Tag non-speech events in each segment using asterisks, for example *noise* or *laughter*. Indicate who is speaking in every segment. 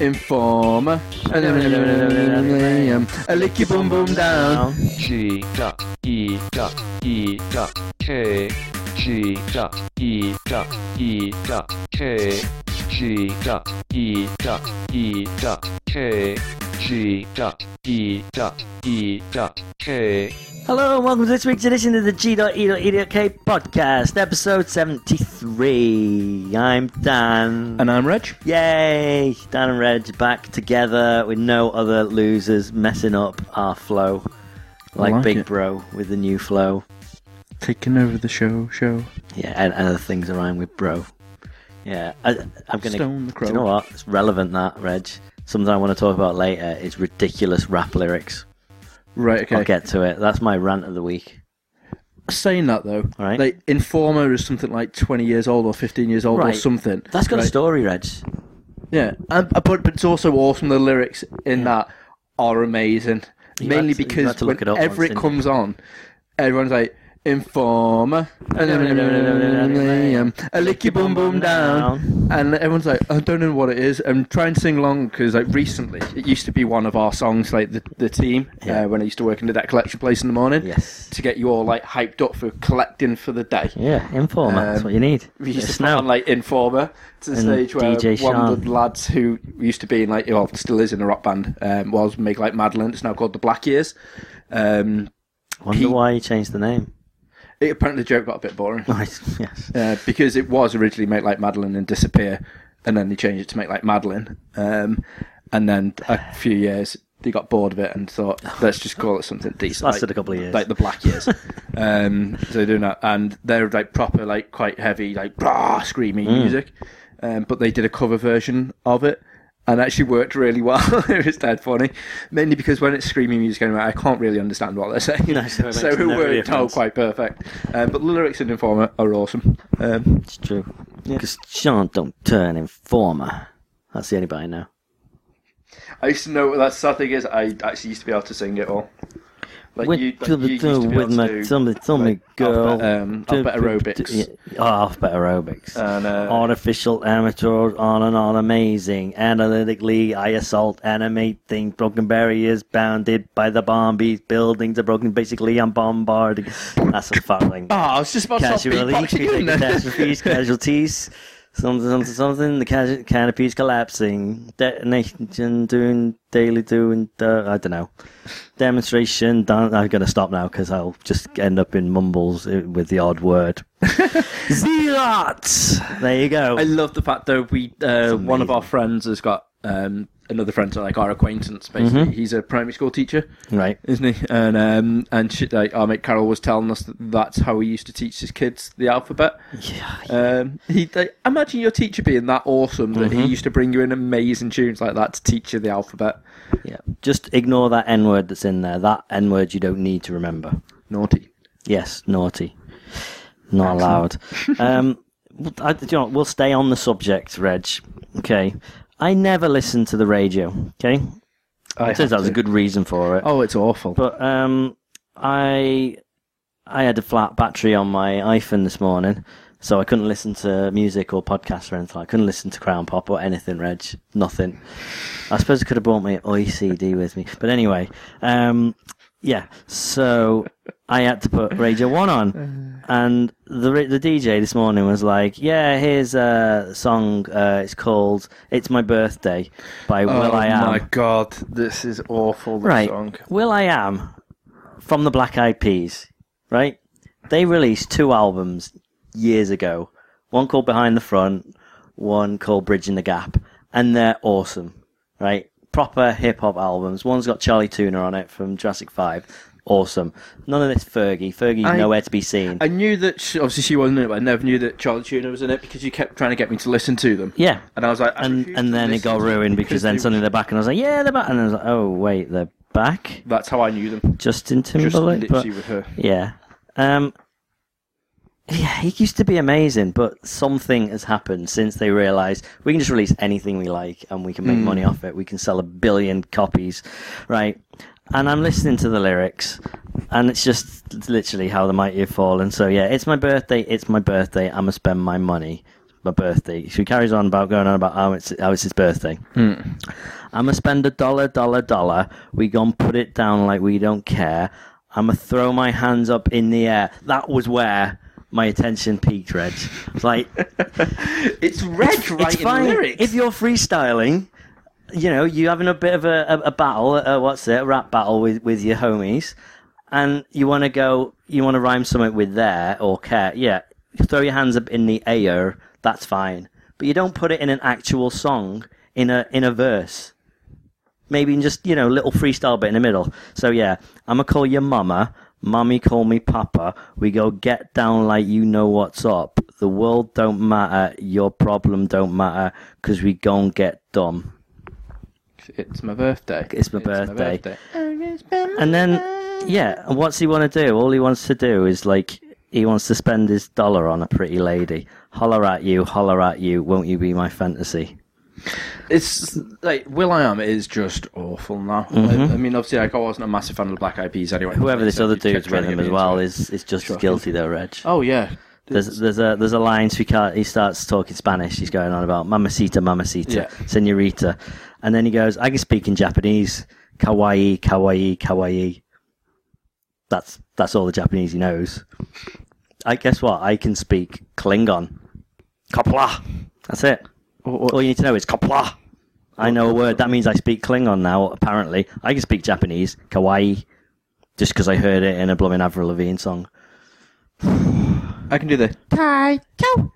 Speaker 1: inform. A licky boom boom down.
Speaker 2: G dot E dot E dot K G dot E dot E dot K G dot E dot E dot K G dot E dot E dot K
Speaker 3: Hello and welcome to this week's edition of the G.E.E.K podcast, episode 73. I'm Dan.
Speaker 1: And I'm Reg.
Speaker 3: Yay! Dan and Reg back together with no other losers messing up our flow. Like,
Speaker 1: like
Speaker 3: Big
Speaker 1: it.
Speaker 3: Bro with the new flow.
Speaker 1: Taking over the show, show.
Speaker 3: Yeah, and, and other things around with Bro. Yeah, I, I'm going to.
Speaker 1: Stone the
Speaker 3: Do you know
Speaker 1: Crow.
Speaker 3: what? It's relevant that, Reg. Something I want to talk about later is ridiculous rap lyrics.
Speaker 1: Right, okay.
Speaker 3: I'll get to it. That's my rant of the week.
Speaker 1: Saying that though,
Speaker 3: Alright.
Speaker 1: like Informer is something like 20 years old or 15 years old or
Speaker 3: Right.
Speaker 1: something.
Speaker 3: That's got
Speaker 1: right?
Speaker 3: a story, Reg.
Speaker 1: Yeah, and, but, but it's also awesome. The lyrics in that are amazing,
Speaker 3: You
Speaker 1: mainly
Speaker 3: had to- you
Speaker 1: because
Speaker 3: had to look it up
Speaker 1: whenever
Speaker 3: once,
Speaker 1: it
Speaker 3: didn't
Speaker 1: comes on, everyone's like informer, a um, licky boom boom down, and everyone's like, I don't know what it is. I'm trying to sing along because like recently, it used to be one of our songs, like the the team
Speaker 3: Yeah.
Speaker 1: uh, when I used to work in the debt collection place in the morning.
Speaker 3: Yes.
Speaker 1: To get you all like hyped up for collecting for the day,
Speaker 3: Yeah, informer. that's
Speaker 1: Um,
Speaker 3: what you need.
Speaker 1: we used
Speaker 3: It's
Speaker 1: to put
Speaker 3: now.
Speaker 1: on like Informer to the
Speaker 3: And
Speaker 1: stage where
Speaker 3: DJ
Speaker 1: one
Speaker 3: Sharp.
Speaker 1: of the lads who used to be in like well still is in a rock band um, was make like Madeline. It's now called the Black Years. Um,
Speaker 3: Wonder
Speaker 1: Pete-
Speaker 3: why you changed the
Speaker 1: *laughs*
Speaker 3: name.
Speaker 1: it, apparently, the joke got a bit boring
Speaker 3: Right, yes.
Speaker 1: uh, because it was originally make like Madeline and disappear, and then they changed it to make like Madeline. Um, and then a few years they got bored of it and thought let's just call it something decent.
Speaker 3: lasted
Speaker 1: like-
Speaker 3: a couple of years.
Speaker 1: like the Black
Speaker 3: *laughs*
Speaker 1: Years. um, so they're doing that, and they're like proper, like quite heavy, like brah, screamy
Speaker 3: Mm.
Speaker 1: music. Um, but they did a cover version of it, and actually worked really well. *laughs* it was dead funny, mainly because when it's screamy music anyway, I can't really understand what they're saying.
Speaker 3: No, so it
Speaker 1: so
Speaker 3: makes
Speaker 1: it
Speaker 3: no
Speaker 1: worked out
Speaker 3: difference.
Speaker 1: quite perfect. Um, but the lyrics in Informer are awesome. Um,
Speaker 3: It's true. Because Sean don't turn informer. That's the only bit I know.
Speaker 1: I used to know that's the sad thing is I actually used to be able to sing it all. Like
Speaker 3: Went
Speaker 1: you, like,
Speaker 3: to the
Speaker 1: you used
Speaker 3: door
Speaker 1: to be
Speaker 3: with
Speaker 1: able
Speaker 3: my
Speaker 1: to do
Speaker 3: tummy, tummy
Speaker 1: like,
Speaker 3: girl.
Speaker 1: alphabet, um,
Speaker 3: Do-
Speaker 1: alphabet
Speaker 3: do-
Speaker 1: aerobics.
Speaker 3: do- yeah. Oh, alphabet aerobics.
Speaker 1: and, uh,
Speaker 3: Artificial amateur on and on amazing. Analytically, I assault, animate things. Broken barriers bounded by the bombies. Buildings are broken. Basically, I'm bombarding. That's a fucking
Speaker 1: Oh, I was just about to start
Speaker 3: casualties,
Speaker 1: beatboxing
Speaker 3: predict
Speaker 1: again then.
Speaker 3: catastrophes,
Speaker 1: *laughs*
Speaker 3: casualties, something, something, something. The cas- canopy's collapsing, detonation, doing daily doing. Uh, I don't know. Demonstration. Done. I'm gonna stop now because I'll just end up in mumbles uh, with the odd *laughs* word. Zealot. There you go.
Speaker 1: I love the fact though we uh, one of
Speaker 3: amazing.
Speaker 1: our friends has got um, another friend, so like our acquaintance. Basically,
Speaker 3: Mm-hmm.
Speaker 1: he's a primary school teacher,
Speaker 3: right.
Speaker 1: isn't he? And um, and she, like our mate Carol was telling us that that's how he used to teach his kids the alphabet.
Speaker 3: Yeah.
Speaker 1: Um, he like, imagine your teacher being that awesome that
Speaker 3: Mm-hmm.
Speaker 1: he used to bring you in amazing tunes like that to teach you the alphabet.
Speaker 3: Yeah. Just ignore that N word that's in there. That N word you don't need to remember.
Speaker 1: Naughty.
Speaker 3: Yes, naughty. Not allowed. um, well, I, do you know, what, we'll stay on the subject, Reg. Okay. I never listen to the radio. Okay.
Speaker 1: I
Speaker 3: It turns
Speaker 1: had
Speaker 3: out there's a
Speaker 1: to.
Speaker 3: good reason for it.
Speaker 1: Oh, it's awful.
Speaker 3: But um, I I had a flat battery on my iPhone this morning, so I couldn't listen to music or podcasts or anything. I couldn't listen to Crown Pop or anything, Reg. Nothing. I suppose I could have brought my OECD with me. But anyway, um, yeah, so I had to put Radio 1 on. And the ra- the DJ this morning was like, yeah, here's a song. Uh, it's called It's My Birthday by
Speaker 1: oh
Speaker 3: Will I Am.
Speaker 1: my god, this is awful. This
Speaker 3: Right.
Speaker 1: song.
Speaker 3: Will I Am from the Black Eyed Peas, right? They released two albums years ago. One called Behind the Front, one called Bridging the Gap, and they're awesome, right? Proper hip hop albums. One's got Charlie Tuna on it from Jurassic 5. Awesome. None of this Fergie. Fergie's
Speaker 1: I-
Speaker 3: nowhere to be seen.
Speaker 1: I knew that she, obviously she wasn't in it, but I never knew that Charlie Tuna was in it because you kept trying to get me to listen to them.
Speaker 3: yeah.
Speaker 1: And I was like, I
Speaker 3: And,
Speaker 1: refuse
Speaker 3: and
Speaker 1: to
Speaker 3: then it
Speaker 1: listen
Speaker 3: got
Speaker 1: to them
Speaker 3: ruined because then
Speaker 1: they-
Speaker 3: suddenly they're back, and I was like, yeah, they're back. And I was like, oh, wait, they're back?
Speaker 1: That's how I knew them.
Speaker 3: Justin
Speaker 1: Just
Speaker 3: Timberlake? but-
Speaker 1: literally with her. *laughs*
Speaker 3: Yeah. Um yeah, he used to be amazing, but something has happened since they realised we can just release anything we like and we can make money off it. We can sell a billion copies, right? And I'm listening to the lyrics, and it's just literally how the mighty have fallen. So yeah, it's my birthday. It's my birthday. I'ma spend my money. my birthday. She carries on about going on about how it's how it's his birthday. I'ma spend a dollar, dollar, dollar. We gon' put it down like we don't care. I'ma throw my hands up in the air. That was where my attention peaked, Reg. It's like
Speaker 1: It's Reg writing
Speaker 3: it's fine
Speaker 1: lyrics.
Speaker 3: if you're freestyling. You know, you having a bit of a, a, a battle, uh, what's it, a rap battle with, with your homies, and you want to go, you want to rhyme something with there or care. Yeah, you throw your hands up in the air. That's fine, but you don't put it in an actual song in a in a verse. Maybe in just you know little freestyle bit in the middle. So yeah, I'ma call your mama. Mommy call me papa. We go get down like you know what's up. The world don't matter. Your problem don't matter. Cause we gon' get dumb.
Speaker 1: It's my birthday.
Speaker 3: It's my birthday. And then yeah, and what's he want to do? All he wants to do is like he wants to spend his dollar on a pretty lady. Holler at you, holler at you. Won't you be my fantasy?
Speaker 1: It's like Will I Am is just awful now. I, I mean, obviously, like, I wasn't a massive fan of the Black Eyed Peas anyway.
Speaker 3: Mm-hmm. Whoever this
Speaker 1: So
Speaker 3: other
Speaker 1: you kept
Speaker 3: dude's
Speaker 1: trying
Speaker 3: with
Speaker 1: to
Speaker 3: him
Speaker 1: get
Speaker 3: as
Speaker 1: me
Speaker 3: well
Speaker 1: into it.
Speaker 3: is is just
Speaker 1: Shocking.
Speaker 3: guilty though, Reg.
Speaker 1: Oh yeah,
Speaker 3: There's there's a there's a line so he can't, he starts talking Spanish. He's going on about mamacita, mamacita,
Speaker 1: Yeah.
Speaker 3: señorita, and then he goes, I can speak in Japanese, kawaii, kawaii, kawaii. That's that's all the Japanese he knows. I guess what I can speak Klingon, kapla. That's it. All you need to know is kapla. I know a word that means I speak Klingon now. Apparently, I can speak Japanese, kawaii, just because I heard it in a blooming Avril Lavigne song.
Speaker 1: I can do the Taito.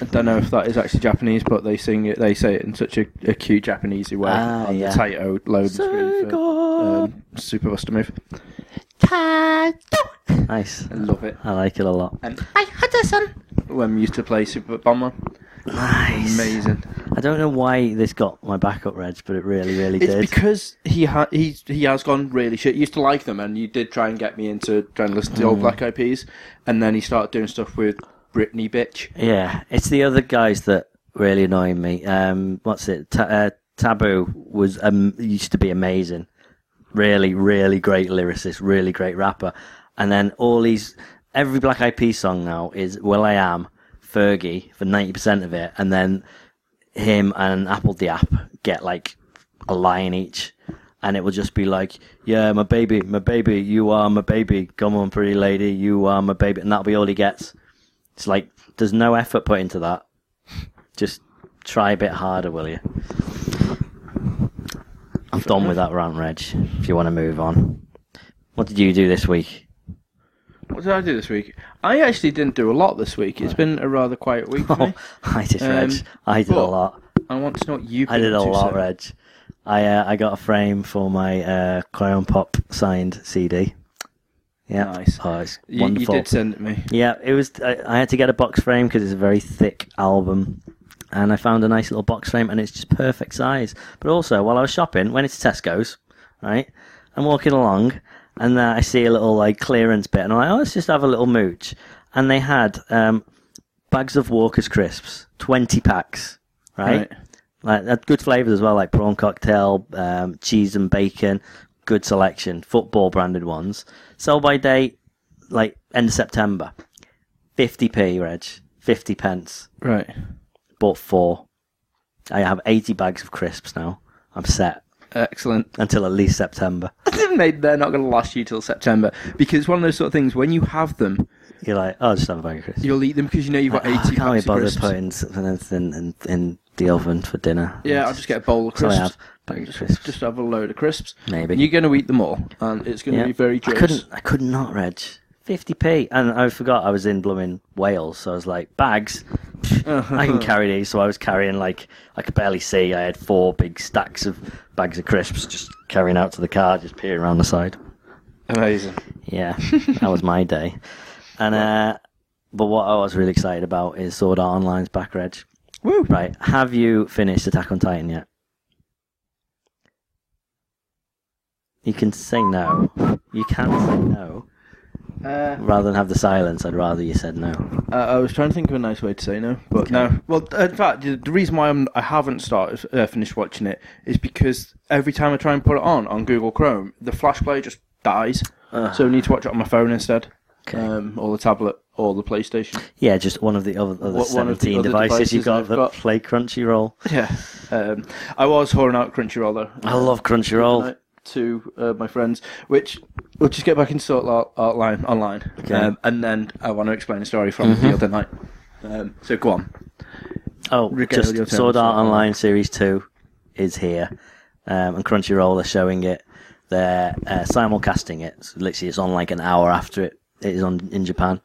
Speaker 1: I don't know if that is actually Japanese, but they sing it. They say it in such a, a cute Japanesey way
Speaker 3: Ah,
Speaker 1: on
Speaker 3: yeah.
Speaker 1: the Taito load screen for
Speaker 3: Sega.
Speaker 1: um, Super Buster Move.
Speaker 3: Nice.
Speaker 1: I love it.
Speaker 3: I like it a lot.
Speaker 1: And I had a son when we used to play Super Bomber.
Speaker 3: Nice.
Speaker 1: Amazing.
Speaker 3: I don't know why this got my back up, Reg, but it really, really
Speaker 1: It's
Speaker 3: did.
Speaker 1: because he ha- he he has gone really shit. He used to like them, and you did try and get me into trying to listen to the
Speaker 3: Hmm.
Speaker 1: old Black Eyed Peas, and then he started doing stuff with Britney bitch.
Speaker 3: yeah, it's the other guys that really annoy me. Um, what's it? Ta- uh, Taboo was um, used to be amazing. Really, really great lyricist, really great rapper. And then all these, every Black Eyed Peas song now is Will I Am, Fergie for ninety percent of it, and then him and Apple Diap get like a line each, and it will just be like, "Yeah, my baby, my baby, you are my baby. Come on, pretty lady, you are my baby," and that'll be all he gets. It's like there's no effort put into that. Just try a bit harder, will you? I'm done with that rant, Reg. If you want to move on, what did you do this week?
Speaker 1: What did I do this week? I actually didn't do a lot this week. It's been a rather quiet week. For
Speaker 3: *laughs* Oh,
Speaker 1: me.
Speaker 3: I did, Reg.
Speaker 1: Um,
Speaker 3: I did a
Speaker 1: but-
Speaker 3: lot.
Speaker 1: I want to know what you.
Speaker 3: I did a lot, Reg. I uh, I got a frame for my uh, Clown Pop signed CD. Yeah,
Speaker 1: Nice.
Speaker 3: Oh, it's
Speaker 1: You, you
Speaker 3: wonderful.
Speaker 1: did send it me.
Speaker 3: Yeah, it was. I, I had to get a box frame because it's a very thick album, and I found a nice little box frame, and it's just perfect size. But also, while I was shopping, went into Tesco's, right? I'm walking along, and uh, I see a little like clearance bit, and I'm like, oh, let's just have a little mooch. And they had um, bags of Walker's crisps, twenty packs, right? Like had good flavors as well, like prawn cocktail, um, cheese and bacon. Good selection, football branded ones. Sell by date, like end of September. Fifty p, Reg. Fifty pence.
Speaker 1: right, right.
Speaker 3: Bought four. I have eighty bags of crisps now. I'm set
Speaker 1: Excellent. *laughs*
Speaker 3: until at least September. *laughs*
Speaker 1: Maybe they're not going to last you till September because it's one of those sort of things. When you have them,
Speaker 3: You're like, oh, I'll just have a bag of crisps.
Speaker 1: you'll eat them because you know you've got
Speaker 3: Oh, I
Speaker 1: eighty
Speaker 3: can't be
Speaker 1: packs of
Speaker 3: bothered
Speaker 1: crisps.
Speaker 3: putting something else in, in in the oven for dinner.
Speaker 1: Yeah, I'll just get a bowl of
Speaker 3: So I
Speaker 1: crisps.
Speaker 3: have bag of crisps.
Speaker 1: Just have a load of crisps.
Speaker 3: Maybe.
Speaker 1: you're going to eat them all, and it's going to
Speaker 3: Yeah.
Speaker 1: be very
Speaker 3: I
Speaker 1: joyous.
Speaker 3: couldn't. I could not, Reg. Fifty p, and I forgot I was in blooming Wales, so I was like bags. *laughs*
Speaker 1: *laughs*
Speaker 3: pff, I can *laughs* carry these, so I was carrying like I could barely see. I had four big stacks of bags of crisps, just carrying out to the car, just peering around the side.
Speaker 1: Amazing.
Speaker 3: Yeah, that was my *laughs* day. And uh, but what I was really excited about is Sword Art Online's back, Reg.
Speaker 1: Woo!
Speaker 3: Right, have you finished Attack on Titan yet? You can say no. You can say no.
Speaker 1: Uh,
Speaker 3: Rather than have the silence, I'd rather you said no.
Speaker 1: Uh, I was trying to think of a nice way to say no, but no. Well, in fact, the- the reason why I'm, I haven't started uh, finished watching it is because every time I try and put it on on Google Chrome, the Flash Player just dies. so I need to watch it on my phone instead.
Speaker 3: Uh-huh. Okay.
Speaker 1: um, or the tablet or the PlayStation.
Speaker 3: yeah, just one of the other, other
Speaker 1: What- one of the
Speaker 3: 17
Speaker 1: other
Speaker 3: devices, you've
Speaker 1: devices
Speaker 3: got
Speaker 1: I've
Speaker 3: that
Speaker 1: got.
Speaker 3: play Crunchyroll.
Speaker 1: Yeah, um, I was whoring out Crunchyroll though.
Speaker 3: *laughs* I love Crunchyroll.
Speaker 1: night to uh, my friends, which we'll just get back into sort of outline online,
Speaker 3: Okay.
Speaker 1: um, and then I want to explain a story from the other night. Um, so go on.
Speaker 3: Oh,
Speaker 1: Regalia
Speaker 3: just
Speaker 1: Terms,
Speaker 3: Sword Art
Speaker 1: yeah.
Speaker 3: Online Series 2 is here. Um, and Crunchyroll are showing it. They're uh, simulcasting it. So literally, it's on like an hour after it, it is on in Japan.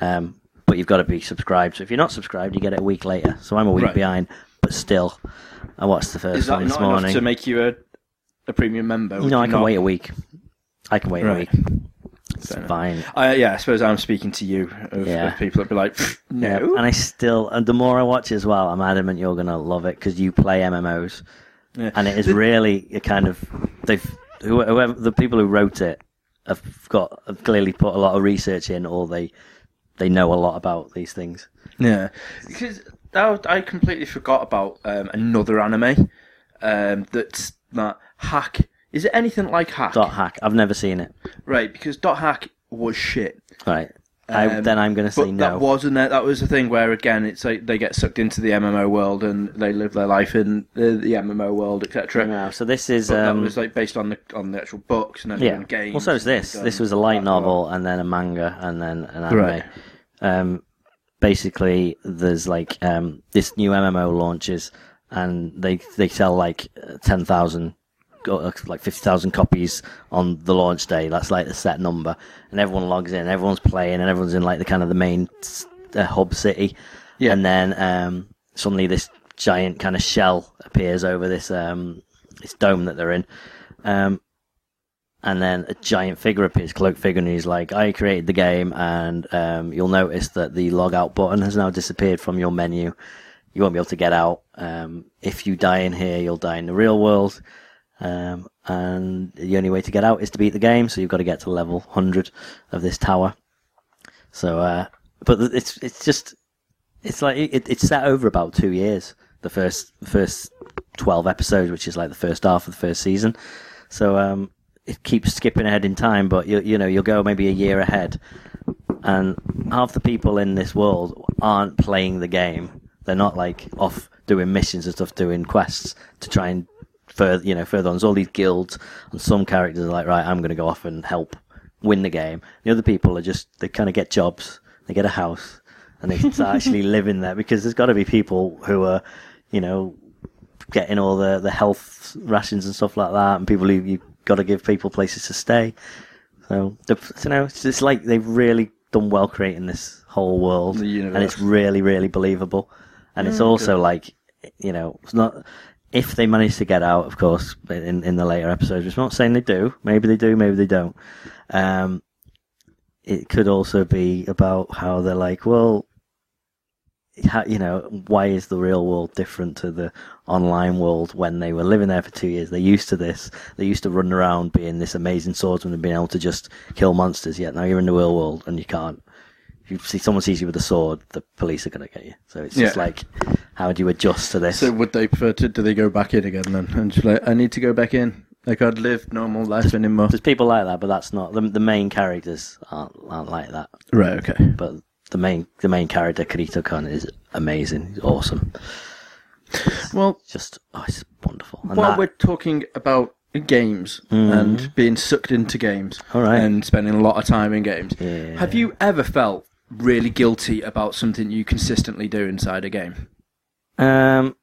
Speaker 3: Um, but you've got to be subscribed. So if you're not subscribed, you get it a week later. So I'm a week
Speaker 1: Right.
Speaker 3: behind, but still, I watched the first
Speaker 1: Is that
Speaker 3: one
Speaker 1: not
Speaker 3: this
Speaker 1: enough
Speaker 3: morning.
Speaker 1: to make you a, a premium member? Would
Speaker 3: no, I
Speaker 1: you
Speaker 3: can
Speaker 1: not-
Speaker 3: wait a week. I can wait a
Speaker 1: Right.
Speaker 3: week. It's fine.
Speaker 1: I, yeah, I suppose I'm speaking to you of,
Speaker 3: Yeah.
Speaker 1: of people that be like, no.
Speaker 3: And I still, and the more I watch as well, I'm adamant you're gonna love it because you play MMOs,
Speaker 1: Yeah.
Speaker 3: and it is really a kind of they've who- whoever the people who wrote it have got have clearly put a lot of research in, or they they know a lot about these things.
Speaker 1: Yeah, because I, I completely forgot about um, another anime um, that's that hack. Is it anything like hack?
Speaker 3: Dot hack. I've never seen it.
Speaker 1: Right, because dot hack was shit.
Speaker 3: All right. I,
Speaker 1: Um,
Speaker 3: then I'm gonna say
Speaker 1: but
Speaker 3: no.
Speaker 1: that wasn't it. That was the thing where again, it's like they get sucked into the MMO world and they live their life in the, the MMO world, etc.
Speaker 3: no. So this is
Speaker 1: But
Speaker 3: um,
Speaker 1: that was like based on the on the actual books and then
Speaker 3: yeah.
Speaker 1: on games.
Speaker 3: Well, so is this.
Speaker 1: and, um,
Speaker 3: This was a light
Speaker 1: that
Speaker 3: novel, and then a manga, and then an anime.
Speaker 1: Right.
Speaker 3: Um, basically, there's like um, this new MMO launches, and they they sell like uh, ten thousand, uh, like fifty thousand copies on the launch day. That's like the set number, and everyone logs in, everyone's playing, and everyone's in like the kind of the main s- uh, hub city.
Speaker 1: Yeah.
Speaker 3: And then um, suddenly this giant kind of shell appears over this um, this dome that they're in. Um, and then a giant figure appears, cloak figure, and he's like, "I created the game, and um, you'll notice that the log out button has now disappeared from your menu. You won't be able to get out. Um, if you die in here, you'll die in the real world, um, and the only way to get out is to beat the game. So you've got to get to level hundred of this tower. So, uh, but th- it's it's just it's like it, it's set over about two years. The first the first twelve episodes, which is like the first half of the first season. So um, it keeps skipping ahead in time, but you you know you'll go maybe a year ahead, and half the people in this world aren't playing the game. They're not like off doing missions and stuff, doing quests to try and further you know further on. There's all these guilds, and some characters are like, right, I'm going to go off and help win the game. The other people are just they kind of get jobs, they get a house, and they start actually *laughs* living there because there's got to be people who are you know getting all the, the health rations and stuff like that, and people who you've got to give people places to stay. So, the- so now it's just like they've really done well creating this whole world,
Speaker 1: The universe. Mm.
Speaker 3: and it's really, really believable. And it's also like, you know, it's not if they manage to get out, of course, in in the later episodes. It's not saying they do. Maybe they do. Maybe they don't. Um, it could also be about how they're like, well, how, you know, why is the real world different to the online world when they were living there for two years? They're used to this. They used to run around being this amazing swordsman and being able to just kill monsters. Yet now you're in the real world and you can't. If you see someone sees you with a sword, the police are going to get you. So it's just
Speaker 1: Yeah.
Speaker 3: like, how do you adjust to this?
Speaker 1: So would they prefer to? Do they go back in again then? And just like, I need to go back in. Like I'd lived normal life anymore.
Speaker 3: There's people like that, but that's not the, the main characters aren't, aren't like that.
Speaker 1: Right. Okay.
Speaker 3: But the main the main character Kirito Khan is amazing. He's awesome.
Speaker 1: Well,
Speaker 3: Just oh, it's wonderful. And
Speaker 1: while
Speaker 3: that- Hmm.
Speaker 1: we're talking about games and being sucked into games
Speaker 3: All right.
Speaker 1: and spending a lot of time in games,
Speaker 3: Yeah.
Speaker 1: have you ever felt really guilty about something you consistently do inside a game?
Speaker 3: Um,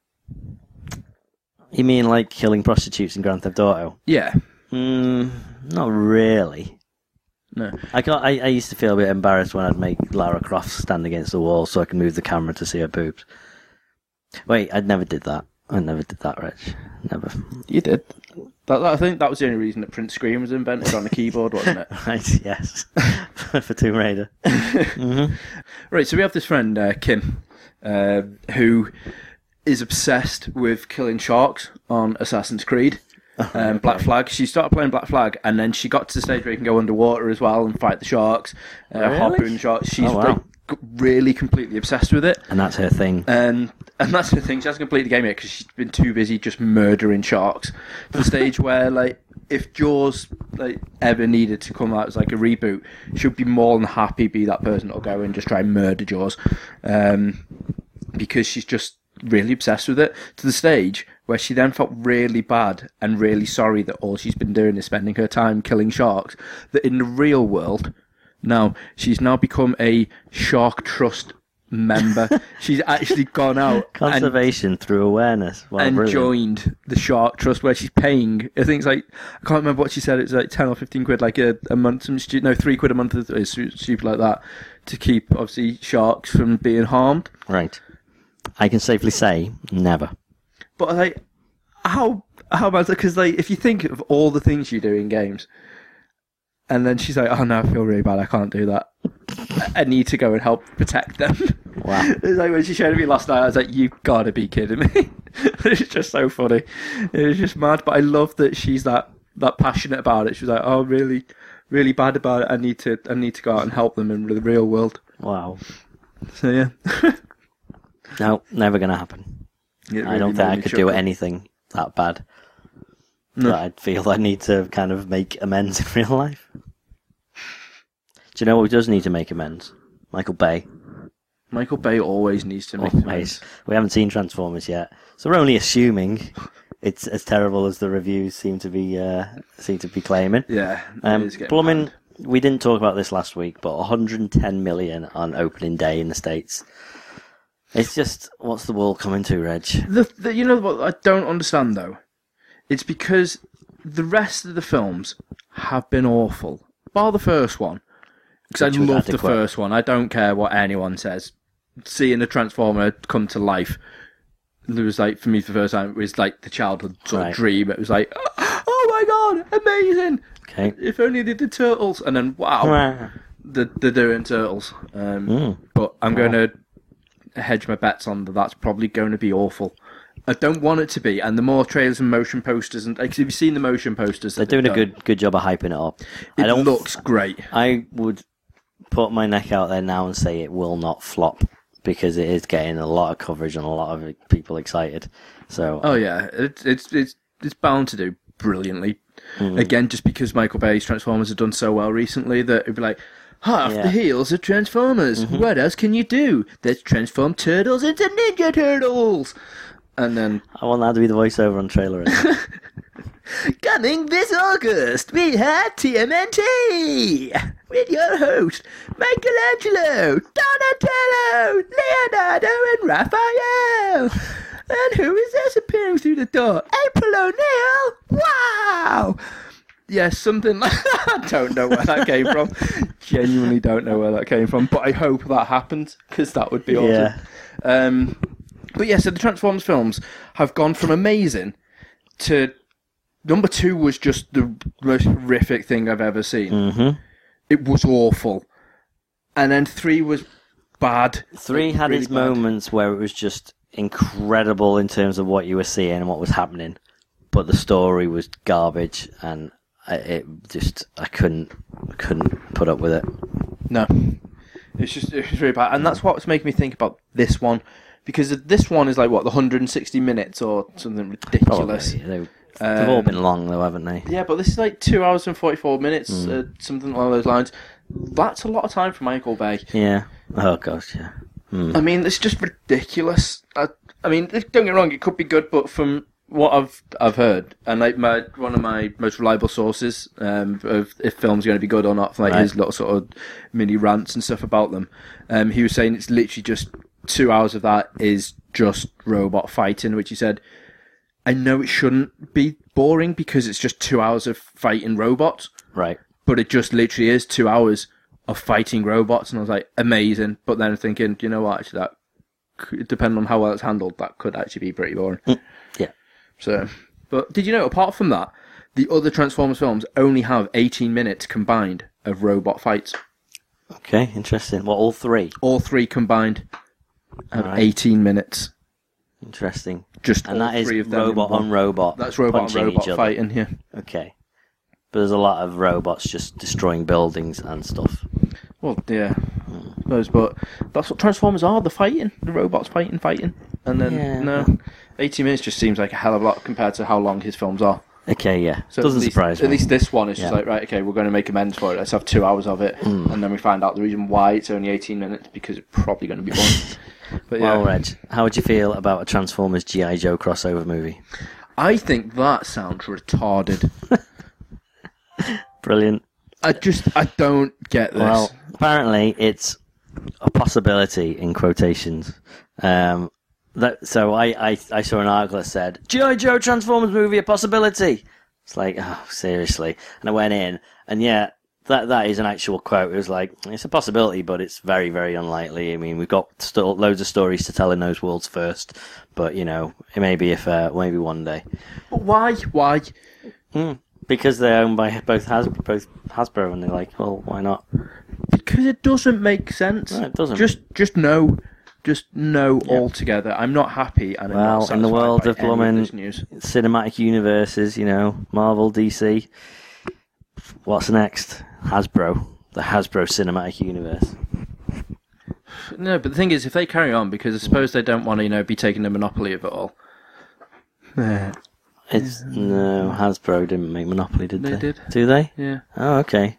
Speaker 3: you mean like killing prostitutes in Grand Theft Auto?
Speaker 1: Yeah.
Speaker 3: Mm, not really.
Speaker 1: No.
Speaker 3: I got. I, I used to feel a bit embarrassed when I'd make Lara Croft stand against the wall so I could move the camera to see her boobs. Wait, I never did that. I never did that, Rich. Never. *laughs*
Speaker 1: You did. That, that- I think that was the only reason that print screen was invented on the keyboard, wasn't it?
Speaker 3: Right? Yes. *laughs* For Tomb Raider.
Speaker 1: *laughs* Right, so we have this friend, uh, Kim, uh, who is obsessed with killing sharks on Assassin's Creed. Um, Black Flag. She started playing Black Flag, and then she got to the stage where you can go underwater as well and fight the sharks, uh,
Speaker 3: Really?
Speaker 1: harpoon sharks. She's
Speaker 3: Oh, wow.
Speaker 1: like, g- really completely obsessed with it,
Speaker 3: And that's her thing.
Speaker 1: um, and that's the thing. She hasn't completed the game yet because she's been too busy just murdering sharks to the stage where like if Jaws like, ever needed to come out as like a reboot, she'd be more than happy be that person that'll go and just try and murder Jaws, um, because she's just really obsessed with it to the stage where she then felt really bad and really sorry that all she's been doing is spending her time killing sharks. That in the real world, now she's now become a shark trust member. she's actually gone
Speaker 3: *laughs*
Speaker 1: out and
Speaker 3: Conservation through awareness. Wow,
Speaker 1: and
Speaker 3: Oh, brilliant.
Speaker 1: joined the Shark Trust where she's paying. I think it's like I can't remember what she said. It's like ten or fifteen quid, like a, a month, some stu- no three quid a month, or stu- stupid like that, to keep obviously sharks from being harmed.
Speaker 3: Right. I can safely say never.
Speaker 1: But like, how how about because like if you think of all the things you do in games, and then she's like, oh no, I feel really bad. I can't do that. I- I need to go and help protect them.
Speaker 3: Wow.
Speaker 1: *laughs* It's like when she showed it me last night, I was like, "You've got to be kidding me!" *laughs* it's just so funny. It was just mad, but I love that she's that that passionate about it. She was like, "Oh, really, really bad about it. I need to, I need to go out and help them in the real world."
Speaker 3: Wow.
Speaker 1: So yeah, *laughs*
Speaker 3: No, never going to happen.
Speaker 1: It
Speaker 3: I
Speaker 1: really
Speaker 3: don't think
Speaker 1: made
Speaker 3: I
Speaker 1: me
Speaker 3: could do
Speaker 1: chuckle.
Speaker 3: anything that bad. That I'd feel I need to kind of make amends *laughs* in real life. Do you know who does need to make amends? Michael Bay.
Speaker 1: Michael Bay always needs to make
Speaker 3: Always. We haven't seen Transformers yet, so we're only assuming it's as terrible as the reviews seem to be uh, seem to be claiming.
Speaker 1: Yeah, it
Speaker 3: Um,
Speaker 1: is getting
Speaker 3: plumbing.
Speaker 1: bad.
Speaker 3: We didn't talk about this last week, but 110 million on opening day in the states. It's just what's the world coming to, Reg?
Speaker 1: The, the, you know what I don't understand though, it's because the rest of the films have been awful, bar the first one. Because I
Speaker 3: was
Speaker 1: love the
Speaker 3: adequate.
Speaker 1: first one. I don't care what anyone says. Seeing a transformer come to life, it was like for me for the first time. It was like the childhood sort
Speaker 3: Right.
Speaker 1: of dream. It was like, *gasps* oh my god, amazing!
Speaker 3: Okay.
Speaker 1: If only they did turtles, and then wow, they're, they're doing turtles. Um,
Speaker 3: Hmm.
Speaker 1: But I'm going to hedge my bets on that. That's probably going to be awful. I don't want it to be. And the more trailers and motion posters, and because you've seen the motion posters,
Speaker 3: They're doing a good good job of hyping it up.
Speaker 1: It
Speaker 3: I don't.
Speaker 1: looks great.
Speaker 3: I would put my neck out there now and say it will not flop because it is getting a lot of coverage and a lot of people excited. So
Speaker 1: Oh yeah, it's it's it's it's bound to do brilliantly.
Speaker 3: Hmm.
Speaker 1: Again, just because Michael Bay's Transformers have done so well recently, that it'd be like half
Speaker 3: Yeah. Mm-hmm.
Speaker 1: the heels of Transformers. What else can you do? Let's transform turtles into Ninja Turtles. And then
Speaker 3: I want that to be the voiceover
Speaker 1: *laughs*
Speaker 3: on trailer.
Speaker 1: Coming this August, we have TMNT with your host Michelangelo, Donatello, Leonardo, and Raphael. And who is this appearing through the door? April O'Neil. Wow. Yes, something like *laughs* I don't know where that came from. Genuinely don't know where that came from, but I hope that happens because that would be awesome.
Speaker 3: Yeah.
Speaker 1: Um, but yeah, so the Transformers films have gone from amazing to number two was just the most horrific thing I've ever seen.
Speaker 3: hmm
Speaker 1: It was awful, and then three was bad.
Speaker 3: Three
Speaker 1: Like,
Speaker 3: had
Speaker 1: really
Speaker 3: its
Speaker 1: bad.
Speaker 3: moments where it was just incredible in terms of what you were seeing and what was happening, but the story was garbage, and I, it just I couldn't I couldn't put up with it.
Speaker 1: No, it's just it was really bad, and that's what's making me think about this one because this one is like what the 160 minutes or something ridiculous.
Speaker 3: Probably. They, have all
Speaker 1: Um,
Speaker 3: been long though, haven't they?
Speaker 1: Yeah, but this is like two hours and 44 minutes,
Speaker 3: Mm.
Speaker 1: uh, something along those lines. That's a lot of time for Michael Bay.
Speaker 3: Yeah. Oh gosh, yeah.
Speaker 1: I mean, it's just ridiculous. I, I mean, don't get me wrong, it could be good, but from what I've I've heard, and like my one of my most reliable sources um, of if films going to be good or not, like
Speaker 3: Right.
Speaker 1: his little sort of mini rants and stuff about them. Um, he was saying it's literally just two hours of that is just robot fighting, which he said. I know it shouldn't be boring because it's just two hours of fighting robots
Speaker 3: Right.
Speaker 1: but it just literally is two hours of fighting robots, and I was like, amazing. But then thinking, you know what? Actually, that could, depending on how well it's handled, that could actually be pretty boring.
Speaker 3: Mm, Yeah.
Speaker 1: So, but did you know? Apart from that, the other Transformers films only have 18 minutes combined of robot fights.
Speaker 3: Okay. Interesting. Well, all three.
Speaker 1: All three combined have
Speaker 3: Alright.
Speaker 1: 18 minutes.
Speaker 3: Interesting.
Speaker 1: Just
Speaker 3: And
Speaker 1: all
Speaker 3: that is
Speaker 1: three of them in
Speaker 3: robot
Speaker 1: one.
Speaker 3: on robot.
Speaker 1: That's robot
Speaker 3: punching
Speaker 1: on robot
Speaker 3: each other.
Speaker 1: fighting here.
Speaker 3: Okay. But there's a lot of robots just destroying buildings and stuff.
Speaker 1: Well, yeah, those. But that's what Transformers are—the fighting, the robots fighting, fighting, and then
Speaker 3: Yeah.
Speaker 1: no, eighty minutes just seems like a hell of a lot compared to how long his films are.
Speaker 3: Okay, yeah.
Speaker 1: So
Speaker 3: Doesn't
Speaker 1: at least,
Speaker 3: surprise me.
Speaker 1: At least this one is just
Speaker 3: Yeah. Hmm.
Speaker 1: like, right, okay, we're going to make amends for it. Let's have two hours of it, and then we find out the reason why it's only eighteen minutes because it's probably going to be
Speaker 3: *laughs*
Speaker 1: boring. but yeah,
Speaker 3: Well, Reg, how would you feel about a Transformers GI Joe crossover movie?
Speaker 1: I think that sounds retarded.
Speaker 3: Brilliant.
Speaker 1: I just I don't get this.
Speaker 3: Well, apparently it's a possibility in quotations. Um, that so I, I I saw an article that said GI Joe Transformers movie a possibility. It's like oh seriously, and I went in and yeah. That, that is an actual quote. It was like it's a possibility, but it's very very unlikely. I mean, we've got still loads of stories to tell in those worlds first, but you know, it may be if uh, maybe one day Hmm.
Speaker 1: but why? Why?
Speaker 3: because they're owned by both Hasbro, both Hasbro, and they're like, well, why not?
Speaker 1: Because it doesn't make sense.
Speaker 3: No, it doesn't.
Speaker 1: Just just no. Just no altogether. I'm not happy, and I'm not
Speaker 3: Well, in the
Speaker 1: satisfied
Speaker 3: world
Speaker 1: by
Speaker 3: of
Speaker 1: any
Speaker 3: blooming-
Speaker 1: this news.
Speaker 3: cinematic universes, you know, Marvel, DC. What's next? Hasbro, the Hasbro cinematic universe.
Speaker 1: No, but the thing is, if they carry on, because I suppose they don't want to, you know, be taking a monopoly of it all. Yeah.
Speaker 3: It's no Hasbro didn't make Monopoly, did they?
Speaker 1: They did.
Speaker 3: Do they?
Speaker 1: yeah.
Speaker 3: Oh, okay.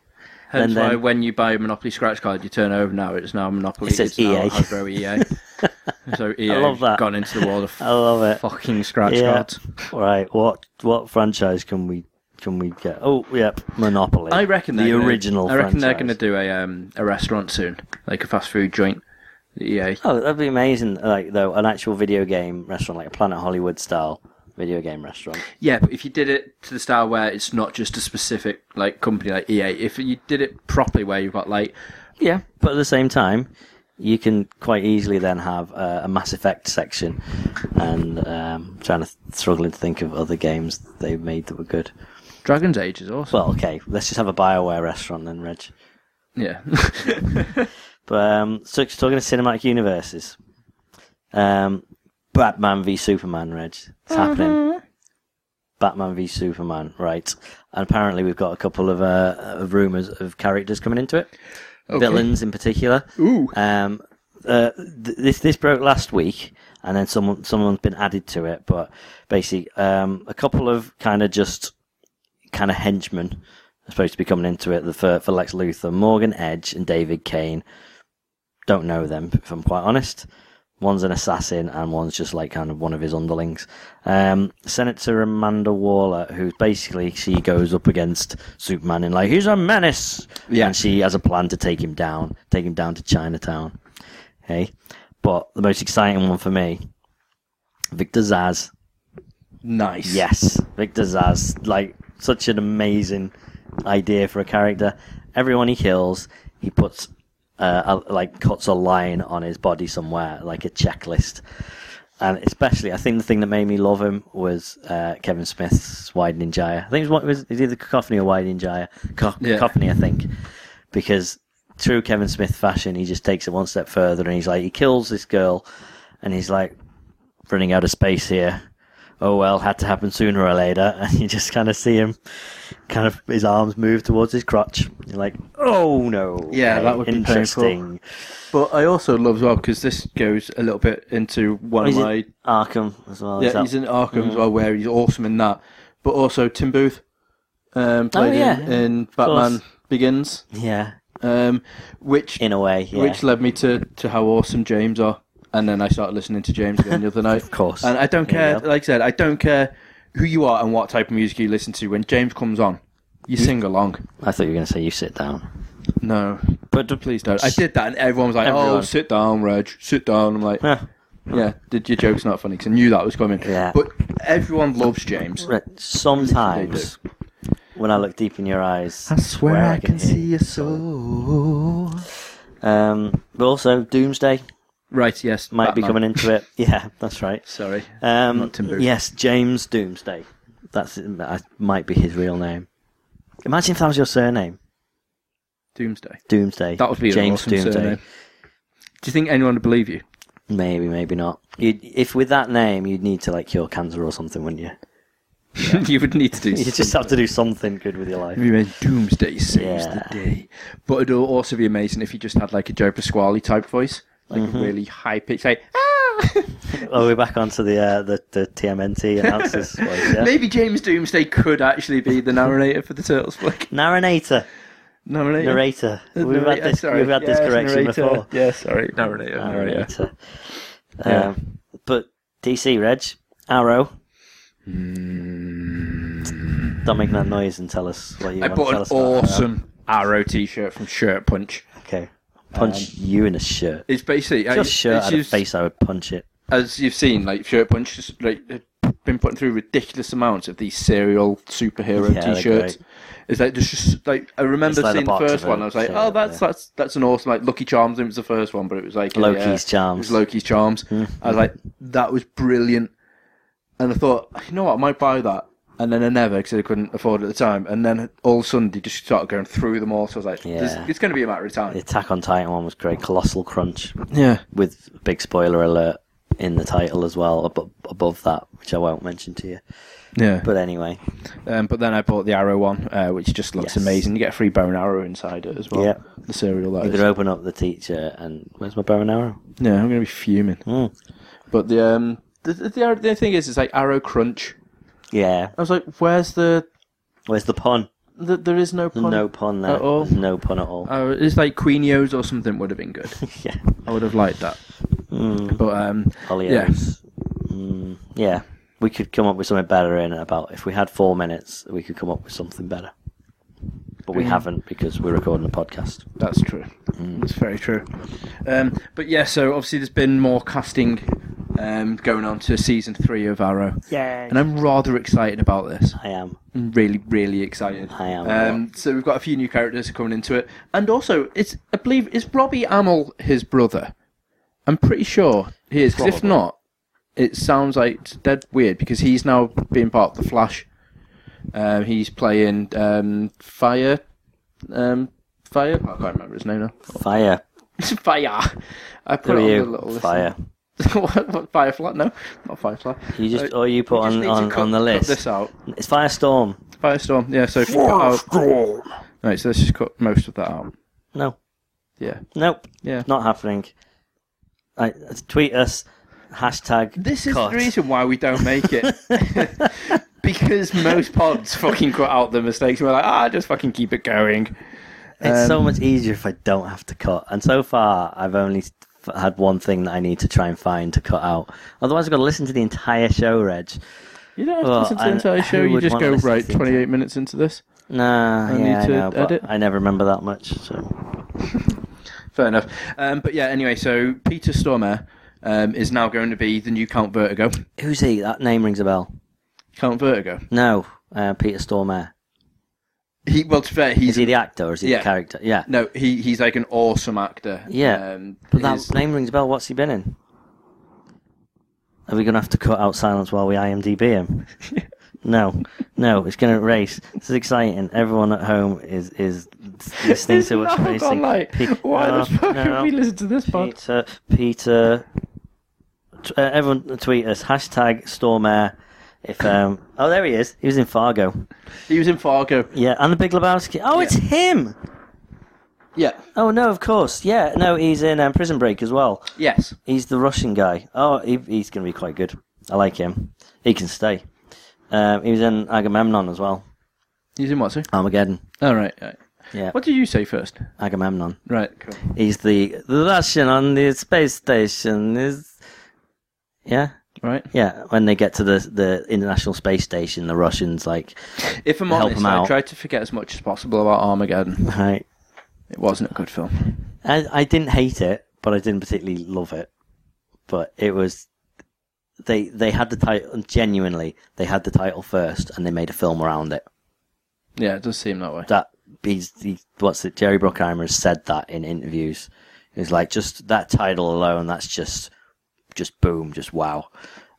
Speaker 1: Hence
Speaker 3: And then-
Speaker 1: why when you buy a Monopoly scratch card, you turn over now. It's now Monopoly.
Speaker 3: It says
Speaker 1: it's now
Speaker 3: EA.
Speaker 1: Hasbro
Speaker 3: *laughs*
Speaker 1: EA. so EA
Speaker 3: love
Speaker 1: has
Speaker 3: that.
Speaker 1: gone into the world of
Speaker 3: *laughs* I love it.
Speaker 1: fucking scratch
Speaker 3: Yeah.
Speaker 1: cards.
Speaker 3: All right, what what franchise can we can we get? Oh, yep, Monopoly.
Speaker 1: I reckon
Speaker 3: the
Speaker 1: they're gonna-
Speaker 3: original.
Speaker 1: I reckon they're going to
Speaker 3: franchise.
Speaker 1: do a um, a restaurant soon, like a fast food joint. E EA.
Speaker 3: Oh, that'd be amazing! Like though, an actual video game restaurant, like a Planet Hollywood style video game restaurant.
Speaker 1: Yeah, but if you did it to the style where it's not just a specific like company like EA, if you did it properly, where you've got like
Speaker 3: Yeah, but at the same time, you can quite easily then have uh, a Mass Effect section, and um, trying to struggling to think of other games they made that were good.
Speaker 1: Dragon's Age is awesome.
Speaker 3: Well, okay, let's just have a Bioware restaurant then, Reg. *laughs*
Speaker 1: yeah.
Speaker 3: But um, so just talking of cinematic universes, um, Batman v Superman, Reg, it's happening. Batman v Superman, right? And apparently we've got a couple of, uh, of rumors of characters coming into it,
Speaker 1: Okay.
Speaker 3: villains in particular.
Speaker 1: Ooh.
Speaker 3: Um, uh, th- this this broke last week, and then someone someone's been added to it. But basically, um, a couple of kind of just kind of henchmen are supposed to be coming into it for for Lex Luthor, Morgan Edge, and David Kane. Don't know them, if I'm quite honest. One's an assassin, and one's just like kind of one of his underlings. Um, Senator Amanda Waller, who basically she goes up against Superman and like he's a menace,
Speaker 1: Yeah.
Speaker 3: and she has a plan to take him down, take him down to Chinatown. Hey, but the most exciting one for me, Victor Zaz.
Speaker 1: Nice.
Speaker 3: Yes, Victor Zaz. Like such an amazing idea for a character. Everyone he kills, he puts uh, a, like cuts a line on his body somewhere, like a checklist. And especially, I think the thing that made me love him was uh, Kevin Smith's Wide Ninjaya. I think it was, it was either Cacophony or Wide Ninjaya. Co-
Speaker 1: Yeah.
Speaker 3: Cacophony, I think. Because true Kevin Smith fashion, he just takes it one step further and he's like, he kills this girl and he's like, running out of space here. Oh well, had to happen sooner or later. *laughs* And you just kind of see him, kind of his arms move towards his crotch. You're like, oh no.
Speaker 1: Yeah,
Speaker 3: okay,
Speaker 1: that would be painful.
Speaker 3: interesting.
Speaker 1: But I also love as well because this goes a little bit into one
Speaker 3: He's
Speaker 1: of my.
Speaker 3: in Arkham as well. Oh, is
Speaker 1: yeah,
Speaker 3: that- Mm.
Speaker 1: he's in Arkham as well, where he's awesome in that. But also Tim Booth um, played
Speaker 3: Oh, yeah,
Speaker 1: in,
Speaker 3: yeah,
Speaker 1: in
Speaker 3: course.
Speaker 1: Batman Begins,
Speaker 3: yeah,
Speaker 1: um, which
Speaker 3: in a way. Yeah.
Speaker 1: which led me to, to how awesome James are. And then I started listening to James again the
Speaker 3: *laughs*
Speaker 1: other night. Of
Speaker 3: course.
Speaker 1: And I don't
Speaker 3: There
Speaker 1: care,
Speaker 3: you go.
Speaker 1: like I said, I don't care who you are and what type of music you listen to. When James comes on, you sing along.
Speaker 3: I thought you were going to say you sit down.
Speaker 1: No,
Speaker 3: But
Speaker 1: please don't. I did that, and everyone was like, "Oh,
Speaker 3: Everyone.
Speaker 1: sit down, Reg, sit down." I'm like,
Speaker 3: Yeah.
Speaker 1: Yeah, did your joke's not funny because I knew that was coming.
Speaker 3: Yeah.
Speaker 1: But everyone loves James.
Speaker 3: Right, Sometimes, when I look deep in your eyes, where hear you.
Speaker 1: soul.
Speaker 3: Um, but also, Doomsday
Speaker 1: Right, yes.
Speaker 3: might be
Speaker 1: Batman.
Speaker 3: coming into it. *laughs* Yeah, that's right.
Speaker 1: Sorry.
Speaker 3: Um,
Speaker 1: Not Tim Booth.
Speaker 3: Yes, James Doomsday. That's that might be his real name. Imagine if that was your surname,
Speaker 1: Doomsday.
Speaker 3: Doomsday.
Speaker 1: That would be an
Speaker 3: James
Speaker 1: awesome surname. Do you think anyone would believe you?
Speaker 3: Maybe, maybe not. You'd, if with that name, you'd need to like cure cancer or something, wouldn't you?
Speaker 1: *laughs* you would need to do
Speaker 3: *laughs* You would just have to do something good with your life.
Speaker 1: Maybe when Doomsday saves
Speaker 3: Yeah.
Speaker 1: the day. But
Speaker 3: Mm-hmm.
Speaker 1: it'd also be amazing if you just had like a Joe Pasquale type voice, like a really high pitched, like, ah,
Speaker 3: *laughs* Well, Oh, we're back onto the uh, the, the
Speaker 1: *laughs*
Speaker 3: TMNT announcers. voice, yeah?
Speaker 1: Maybe James Doomsday could actually be the narrator for the Turtles
Speaker 3: *laughs*
Speaker 1: flick.
Speaker 3: Narrator,
Speaker 1: Narrator. *laughs*
Speaker 3: narrator.
Speaker 1: The
Speaker 3: We've had
Speaker 1: narrator,
Speaker 3: this.
Speaker 1: sorry.
Speaker 3: We've had
Speaker 1: Yes,
Speaker 3: this correction
Speaker 1: narrator.
Speaker 3: before.
Speaker 1: Yeah, sorry. Narrator. Narrator.
Speaker 3: Narrator.
Speaker 1: Yeah.
Speaker 3: Um, but DC Reg Arrow. Don't make that noise and tell us what you
Speaker 1: I
Speaker 3: want
Speaker 1: bought
Speaker 3: to
Speaker 1: an
Speaker 3: tell us. about Arrow.
Speaker 1: awesome Arrow t-shirt from Shirt Punch.
Speaker 3: Okay, punch you in a shirt.
Speaker 1: It's basically uh,
Speaker 3: Just shirt
Speaker 1: it's
Speaker 3: out of
Speaker 1: used-
Speaker 3: face, I would punch it.
Speaker 1: as you've seen, like Shirt Punch has like been putting through ridiculous amounts of these serial superhero
Speaker 3: Yeah, they're
Speaker 1: t-shirts.
Speaker 3: great.
Speaker 1: It's like there's just like I remember
Speaker 3: It's like the
Speaker 1: seeing the,
Speaker 3: box
Speaker 1: first
Speaker 3: of
Speaker 1: one.
Speaker 3: it,
Speaker 1: I was like,
Speaker 3: so,
Speaker 1: oh, that's
Speaker 3: yeah.
Speaker 1: that's that's an awesome like Lucky Charms. I think It was the first one, but it was like a,
Speaker 3: Loki's
Speaker 1: uh,
Speaker 3: Charms.
Speaker 1: It
Speaker 3: Hmm.
Speaker 1: was Loki's Charms. I was like, that was brilliant, and I thought, you know what, I might buy that. And then I never, because I couldn't afford it at the time. And then all of a sudden, they just started going through them all. So I was like, "This-
Speaker 3: Yeah.
Speaker 1: it's going to be a matter of time.
Speaker 3: The Attack on Titan one was great. Colossal Crunch
Speaker 1: yeah.
Speaker 3: with big spoiler alert in the title as well. Ab- above that, which I won't mention to you.
Speaker 1: Yeah.
Speaker 3: But anyway,
Speaker 1: Um, but then I bought the arrow one, uh, which just looks
Speaker 3: Yes.
Speaker 1: amazing. You get a free bow and arrow inside it as well.
Speaker 3: Yeah.
Speaker 1: The cereal that
Speaker 3: you
Speaker 1: is.
Speaker 3: could open up the teacher and where's my bow and arrow?
Speaker 1: Yeah, I'm gonna be fuming.
Speaker 3: Mm.
Speaker 1: But the um the, the, the, the thing is, it's like arrow crunch.
Speaker 3: Yeah,
Speaker 1: I was like, where's the,
Speaker 3: where's the pun?
Speaker 1: the there is no pun.
Speaker 3: No pun there.
Speaker 1: At all.
Speaker 3: There's no pun at all.
Speaker 1: Uh, it's like Queenios or something would have been good.
Speaker 3: *laughs* yeah.
Speaker 1: I would have liked that.
Speaker 3: Mm.
Speaker 1: But um,
Speaker 3: Hollyoaks. Mm, yeah. We could come up with something better in about if we had four minutes, we could come up with something better. But we
Speaker 1: Mm.
Speaker 3: haven't because we're recording a podcast.
Speaker 1: That's true.
Speaker 3: Hmm.
Speaker 1: That's very true. Um, but yeah, so obviously there's been more casting um, going on to season three of Arrow.
Speaker 3: Yeah.
Speaker 1: And I'm rather excited about this.
Speaker 3: I am.
Speaker 1: I'm really, really excited.
Speaker 3: I am.
Speaker 1: Um, so we've got a few new characters coming into it, and also it's I believe is Robbie Amell his brother. I'm pretty sure he is. 'cause if
Speaker 3: Probably.
Speaker 1: not, it sounds like dead weird because he's now being part of the Flash. Um, he's playing um, Fire. Um, Fire. I can't remember his name now. *laughs*
Speaker 3: Fire.
Speaker 1: Fire. I put
Speaker 3: Who
Speaker 1: it
Speaker 3: are
Speaker 1: on the little
Speaker 3: you?
Speaker 1: list.
Speaker 3: Fire.
Speaker 1: What- *laughs* what, Firefly? No, not Firefly.
Speaker 3: You just
Speaker 1: Uh,
Speaker 3: or you put
Speaker 1: we just
Speaker 3: on,
Speaker 1: need to
Speaker 3: on,
Speaker 1: cut-
Speaker 3: on the
Speaker 1: cut
Speaker 3: list.
Speaker 1: this out.
Speaker 3: It's Firestorm.
Speaker 1: Firestorm, yeah, so if you cut out. Right, so let's just cut most of that out.
Speaker 3: No.
Speaker 1: Yeah.
Speaker 3: Nope.
Speaker 1: Yeah.
Speaker 3: Not happening. I, tweet us. Hashtag.
Speaker 1: This is
Speaker 3: cut.
Speaker 1: the reason why we don't make *laughs* it. because most pods fucking cut out the mistakes. We're like, ah, just fucking keep it going.
Speaker 3: It's
Speaker 1: Um,
Speaker 3: so much easier if I don't have to cut. And so far, I've only f- had one thing that I need to try and find to cut out. Otherwise, I've got to listen to the entire show, Reg.
Speaker 1: You don't have
Speaker 3: Well,
Speaker 1: to listen to the
Speaker 3: and
Speaker 1: entire
Speaker 3: who
Speaker 1: show. You
Speaker 3: would
Speaker 1: just
Speaker 3: wanna
Speaker 1: go,
Speaker 3: listen to
Speaker 1: right,
Speaker 3: the entire-
Speaker 1: 28 minutes into this.
Speaker 3: Nah,
Speaker 1: I
Speaker 3: yeah,
Speaker 1: need to
Speaker 3: I know, but
Speaker 1: edit.
Speaker 3: I never remember that much. So
Speaker 1: Fair enough. Um, but yeah, anyway, so Peter Stormare um, is now going to be the new Count Vertigo.
Speaker 3: who's he? That name rings a bell.
Speaker 1: Count Vertigo.
Speaker 3: No, uh, Peter Stormare.
Speaker 1: He, well, to be fair,
Speaker 3: Is
Speaker 1: he's.
Speaker 3: he the actor or is he
Speaker 1: Yeah.
Speaker 3: the character? Yeah,
Speaker 1: No, he, he's like an awesome actor.
Speaker 3: Yeah,
Speaker 1: Um,
Speaker 3: but that
Speaker 1: his-
Speaker 3: name rings a bell. What's he been in? Are we gonna have to cut out silence while we IMDb him? *laughs* no, no, it's gonna race. This is exciting. Everyone at home is is
Speaker 1: *laughs*
Speaker 3: listening to us
Speaker 1: I've gone
Speaker 3: racing.
Speaker 1: like,
Speaker 3: Pe-
Speaker 1: why
Speaker 3: no,
Speaker 1: the fuck
Speaker 3: no.
Speaker 1: have we listened to this pod?
Speaker 3: Peter, Peter, t- uh, everyone tweet us hashtag Stormare. If um, oh, there he is. He was in Fargo.
Speaker 1: He was in Fargo.
Speaker 3: Yeah, and the Big Lebowski. Oh, it's him.
Speaker 1: Yeah.
Speaker 3: Oh no, of course. Yeah, no, he's in um, Prison Break as well.
Speaker 1: Yes.
Speaker 3: He's the Russian guy. Oh, he, he's going to be quite good. I like him. He can stay. Um, he was in Agamemnon as well.
Speaker 1: He's in what, sir?
Speaker 3: Armageddon.
Speaker 1: All right. right.
Speaker 3: Yeah,
Speaker 1: What did you say first?
Speaker 3: Agamemnon.
Speaker 1: Right. Cool.
Speaker 3: He's the, the Russian on the space station. Is yeah,
Speaker 1: Right.
Speaker 3: yeah. When they get to the the International Space Station, the Russians like
Speaker 1: If I'm
Speaker 3: Help
Speaker 1: honest,
Speaker 3: him
Speaker 1: I
Speaker 3: out.
Speaker 1: tried to forget as much as possible about Armageddon.
Speaker 3: right.
Speaker 1: It wasn't a good film.
Speaker 3: I, I didn't hate it, but I didn't particularly love it. But it was they they had the title genuinely. They had the title first, and they made a film around it.
Speaker 1: Yeah, it does seem that way.
Speaker 3: that he's he, what's it? Jerry Bruckheimer has said that in interviews. It's like just that title alone. That's just just boom, just wow.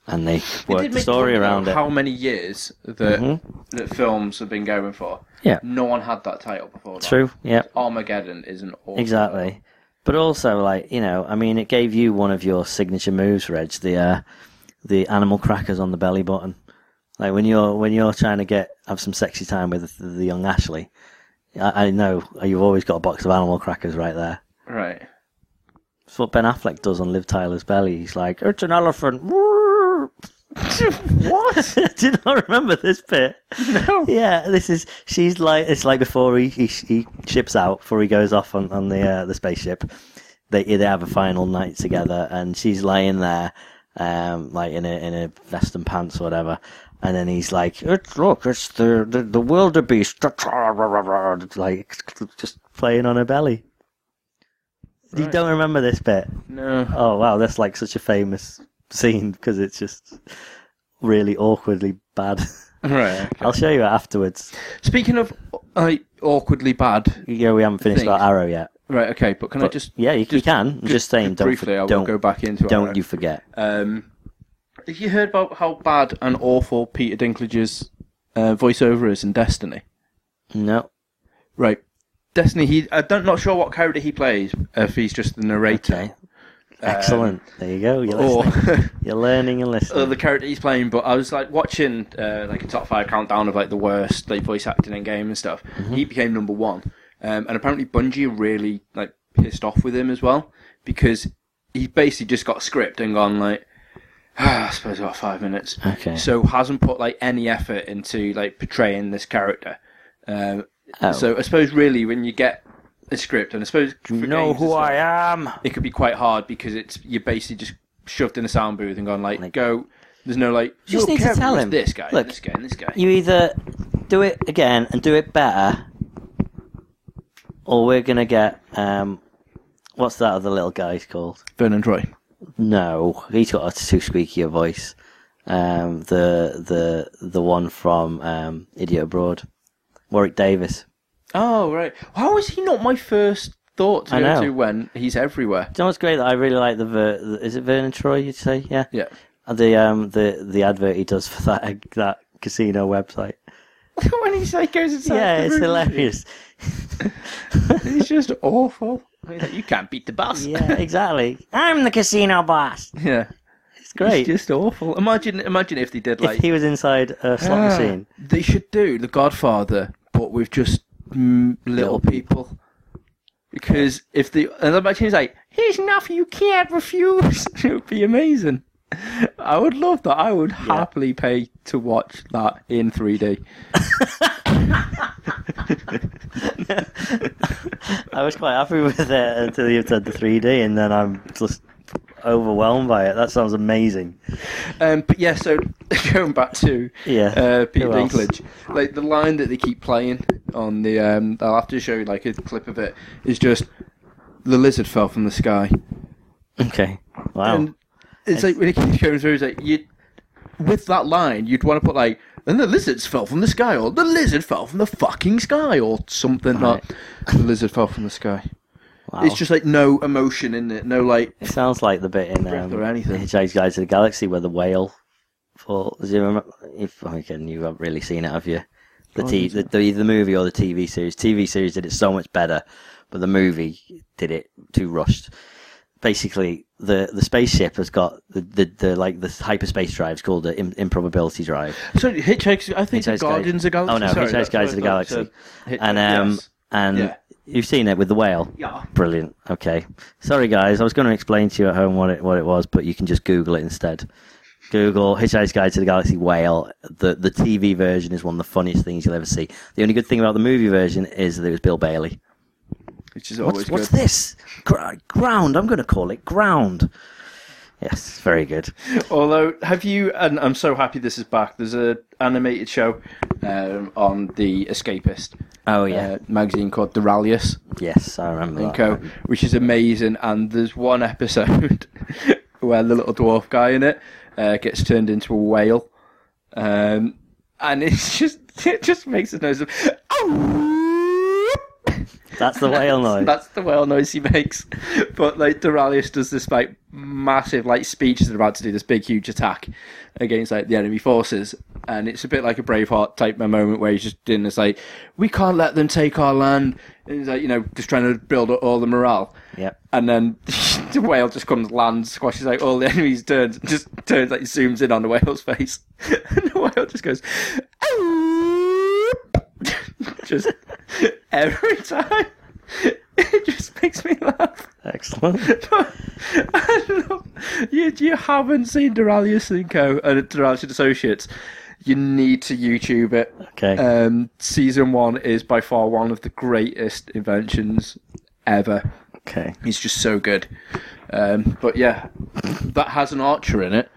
Speaker 3: And they
Speaker 1: It Mm-hmm. did
Speaker 3: worked the
Speaker 1: make
Speaker 3: story
Speaker 1: me wonder
Speaker 3: around it.
Speaker 1: How many years that that films have been going for?
Speaker 3: Yeah.
Speaker 1: No one had that title before. that.
Speaker 3: True. Yeah.
Speaker 1: Armageddon is an awesome
Speaker 3: Exactly. But also, like you know, I mean, it gave you one of your signature moves, Reg. The uh, the animal crackers on the belly button. Like when you're when you're trying to get have some sexy time with the, the young Ashley. I, I know you've always got a box of animal crackers right there.
Speaker 1: Right.
Speaker 3: It's what Ben Affleck does on Liv Tyler's belly. He's like, it's an elephant.
Speaker 1: *laughs* what?
Speaker 3: *laughs* Do you not remember this bit?
Speaker 1: No.
Speaker 3: Yeah, this is she's like it's like before he he, he ships out before he goes off on on the uh, the spaceship. They they have a final night together, and she's lying there, um, like in a in a vest and pants or whatever. And then he's like, it's, "Look, it's the the, the wildebeest," *laughs* like just playing on her belly. You
Speaker 1: Right.
Speaker 3: don't remember this bit?
Speaker 1: No.
Speaker 3: Oh wow, that's like such a famous scene because it's just really awkwardly bad.
Speaker 1: Right. okay.
Speaker 3: I'll show you it afterwards.
Speaker 1: Speaking of like awkwardly bad.
Speaker 3: Yeah, we haven't finished
Speaker 1: Thing.
Speaker 3: our arrow yet.
Speaker 1: Right. Okay. But can I
Speaker 3: But
Speaker 1: just?
Speaker 3: yeah, you, you
Speaker 1: just-
Speaker 3: can. I'm just saying, don't
Speaker 1: briefly. I
Speaker 3: for-
Speaker 1: will
Speaker 3: don't
Speaker 1: go back into.
Speaker 3: don't
Speaker 1: it.
Speaker 3: you forget.
Speaker 1: Um, have you heard about how bad and awful Peter Dinklage's uh, voiceover is in Destiny?
Speaker 3: No,
Speaker 1: Right. Destiny. He. I don't. Not sure what character he plays. If he's just the narrator.
Speaker 3: okay, excellent. There you go. You're
Speaker 1: Uh, Or
Speaker 3: listening.
Speaker 1: *laughs*
Speaker 3: You're learning and
Speaker 1: or
Speaker 3: listening.
Speaker 1: the character he's playing, but I was like watching uh, like a top five countdown of like the worst like voice acting in game and stuff.
Speaker 3: Mm-hmm.
Speaker 1: He became number one, um, and apparently Bungie are really like pissed off with him as well because he basically just got script and gone like, *sighs* ah, I suppose about five minutes.
Speaker 3: Okay.
Speaker 1: So hasn't put like any effort into like portraying this character. Um,
Speaker 3: Oh.
Speaker 1: So I suppose really when you get a script, and I suppose for
Speaker 3: you know
Speaker 1: games and
Speaker 3: who
Speaker 1: stuff,
Speaker 3: I am.
Speaker 1: it could be quite hard because it's you're basically just shoved in a sound booth and gone like,
Speaker 3: Like-
Speaker 1: go. There's no like.
Speaker 3: You
Speaker 1: "Your
Speaker 3: just need to
Speaker 1: character
Speaker 3: tell
Speaker 1: was
Speaker 3: him,
Speaker 1: This guy,
Speaker 3: "Look,
Speaker 1: this guy, and this guy.
Speaker 3: You either do it again and do it better, or we're gonna get um, what's that other little guy's called?
Speaker 1: Vern and Troy.
Speaker 3: No, he's got a too squeaky a voice. Um, the the the one from um, Idiot Abroad, Warwick Davis.
Speaker 1: Oh right. How is he not my first thought to
Speaker 3: I
Speaker 1: go
Speaker 3: know.
Speaker 1: to when he's everywhere?
Speaker 3: Do you know what's great? That I really like the, ver- the is it Vernon Troy? You'd say, yeah,
Speaker 1: Yeah.
Speaker 3: The um the the advert he does for that *laughs* that casino website.
Speaker 1: *laughs* when he's like goes inside.
Speaker 3: yeah,
Speaker 1: the
Speaker 3: it's
Speaker 1: room,
Speaker 3: hilarious. *laughs*
Speaker 1: He's just awful. He's like, you can't beat the boss.
Speaker 3: yeah, exactly. I'm the casino boss.
Speaker 1: yeah.
Speaker 3: It's
Speaker 1: He's
Speaker 3: great.
Speaker 1: just awful. Imagine, imagine if they did like.
Speaker 3: if he was inside a slot
Speaker 1: Ah,
Speaker 3: machine,
Speaker 1: They should do The Godfather, but with just mm, little,
Speaker 3: Little
Speaker 1: people. Because if the and imagine he's like, here's an offer you can't refuse. *laughs* it would be amazing. I would love that. I would happily pay to watch that in *laughs* 3D.
Speaker 3: I was quite happy with it until you said the 3D, and then I'm just overwhelmed by it. That sounds amazing.
Speaker 1: Um, but yeah, so *laughs* going back to
Speaker 3: Yeah.
Speaker 1: uh, Peter
Speaker 3: Who else?
Speaker 1: Dinklage, like the line that they keep playing on the, um, I'll have to show you like a clip of it. Is just the lizard fell from the sky.
Speaker 3: Okay. Wow.
Speaker 1: And it's like when it keeps going through, it's like you, with that line, you'd want to put like, and the lizards fell from the sky, or the lizard fell from the fucking sky, or something.
Speaker 3: Right. Oh.
Speaker 1: Not the lizard fell from the sky.
Speaker 3: wow.
Speaker 1: It's just like no emotion in it, no like.
Speaker 3: It sounds like the bit in
Speaker 1: Breath
Speaker 3: um,
Speaker 1: or anything.
Speaker 3: Hitchhiker's Guide to the Galaxy where the whale falls. Do you remember? If oh, again, you haven't really seen it, have you? The, t- the, the either the movie or the TV series. TV series did it so much better, but the movie did it too rushed. Basically, the, the spaceship has got the, the, the like the hyperspace drive's called the Im- improbability drive.
Speaker 1: So Hitchhiker's, I think
Speaker 3: Hitchhiker's Guide-
Speaker 1: Guardians of the Galaxy.
Speaker 3: Oh no,
Speaker 1: Sorry,
Speaker 3: Hitchhiker's
Speaker 1: that's
Speaker 3: Guide
Speaker 1: what
Speaker 3: to
Speaker 1: I
Speaker 3: the
Speaker 1: thought,
Speaker 3: Galaxy.
Speaker 1: so Hitch-
Speaker 3: and um
Speaker 1: yes.
Speaker 3: and
Speaker 1: Yeah.
Speaker 3: you've seen it with the whale.
Speaker 1: Yeah.
Speaker 3: Brilliant. Okay. Sorry, guys. I was going to explain to you at home what it what it was, but you can just Google it instead. Google Hitchhiker's Guide to the Galaxy Whale. The the TV version is one of the funniest things you'll ever see. The only good thing about the movie version is that it was Bill Bailey.
Speaker 1: which is
Speaker 3: What's,
Speaker 1: always
Speaker 3: what's
Speaker 1: good.
Speaker 3: this? Gr- ground. I'm going to call it ground. Yes, very good.
Speaker 1: Although, have you? And I'm so happy this is back. There's a animated show um, on the Escapist
Speaker 3: Oh yeah.
Speaker 1: uh, magazine called Duralius.
Speaker 3: yes, I remember that.
Speaker 1: Co, uh, which is amazing. And there's one episode *laughs* where the little dwarf guy in it uh, gets turned into a whale, um, and it's just *laughs* it just makes a noise of. "Oh!"
Speaker 3: That's the whale noise.
Speaker 1: That's the whale noise he makes. *laughs* But like Duralius does this like massive like speech they're about to do this big huge attack against like the enemy forces. And it's a bit like a Braveheart type moment where he's just in this like, We can't let them take our land and he's like, you know, just trying to build up all the morale.
Speaker 3: Yep.
Speaker 1: And then *laughs* the whale just comes lands, squashes like all the enemies turns just turns like zooms in on the whale's face. *laughs* and the whale just goes *laughs* just every time. *laughs* It just makes me laugh. *laughs*
Speaker 3: Excellent.
Speaker 1: I love- you, you haven't seen Duralius and Co. and Duralius and Associates. You need to YouTube it.
Speaker 3: Okay.
Speaker 1: Um, season one is by far one of the greatest inventions ever.
Speaker 3: okay.
Speaker 1: He's just so good. Um, but yeah, that has an archer in it.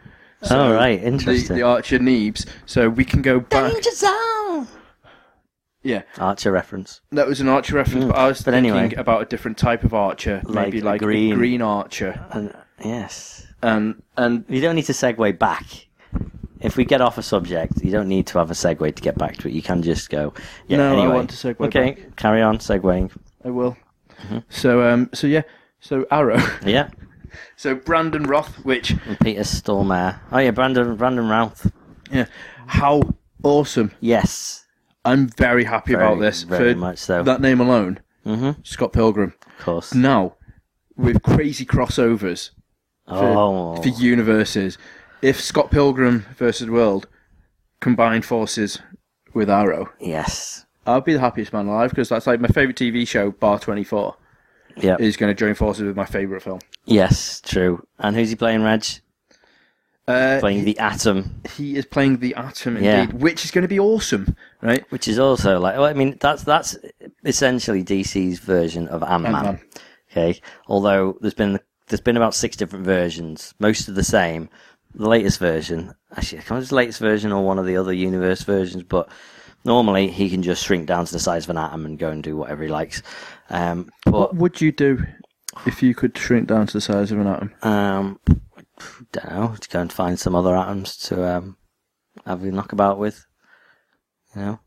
Speaker 3: All right.
Speaker 1: The,
Speaker 3: Interesting.
Speaker 1: the archer Neebs. So we can go back.
Speaker 3: zone.
Speaker 1: Yeah,
Speaker 3: Archer reference.
Speaker 1: that was an archer reference, but I was
Speaker 3: Mm. But
Speaker 1: thinking
Speaker 3: anyway.
Speaker 1: about a different type of archer.
Speaker 3: Like
Speaker 1: maybe
Speaker 3: a
Speaker 1: like
Speaker 3: green.
Speaker 1: a green archer.
Speaker 3: And Uh, yes,
Speaker 1: And, and
Speaker 3: you don't need to segue back. If we get off a subject, you don't need to have a segue to get back to it. You can just go. Yeah,
Speaker 1: No, I
Speaker 3: anyway.
Speaker 1: want to segue
Speaker 3: Okay, carry on segueing.
Speaker 1: I will.
Speaker 3: Mm-hmm.
Speaker 1: So um, so yeah, so Arrow. *laughs*
Speaker 3: Yeah,
Speaker 1: so Brandon Roth, which
Speaker 3: and Peter Stormare. Oh yeah, Brandon Brandon Routh.
Speaker 1: yeah, how awesome!
Speaker 3: Yes,
Speaker 1: I'm very happy
Speaker 3: Very-
Speaker 1: about this.
Speaker 3: very
Speaker 1: for
Speaker 3: much so.
Speaker 1: That name alone,
Speaker 3: Mhm.
Speaker 1: Scott Pilgrim.
Speaker 3: of course.
Speaker 1: Now, with crazy crossovers for,
Speaker 3: oh,
Speaker 1: for universes, if Scott Pilgrim versus World combined forces with Arrow,
Speaker 3: yes.
Speaker 1: I'll be the happiest man alive because that's like my favorite TV show, Bar 24,
Speaker 3: Yeah.
Speaker 1: is going to join forces with my favorite film.
Speaker 3: Yes, true. And who's he playing, Reg?
Speaker 1: Uh,
Speaker 3: Playing the Atom,
Speaker 1: he is playing the Atom, indeed,
Speaker 3: Yeah.
Speaker 1: which is going to be awesome, right?
Speaker 3: which is also like. Well, I mean, that's that's essentially DC's version of Ant Man.
Speaker 1: Ant-Man.
Speaker 3: Okay, although there's been there's been about six different versions, most of the same. The latest version, actually, I can't remember if it's the latest version or one of the other universe versions, but normally he can just shrink down to the size of an atom and go and do whatever he likes. Um, but
Speaker 1: What would you do if you could shrink down to the size of an atom?
Speaker 3: Um, don't know. To go and find some other atoms to um have a knockabout with. You know,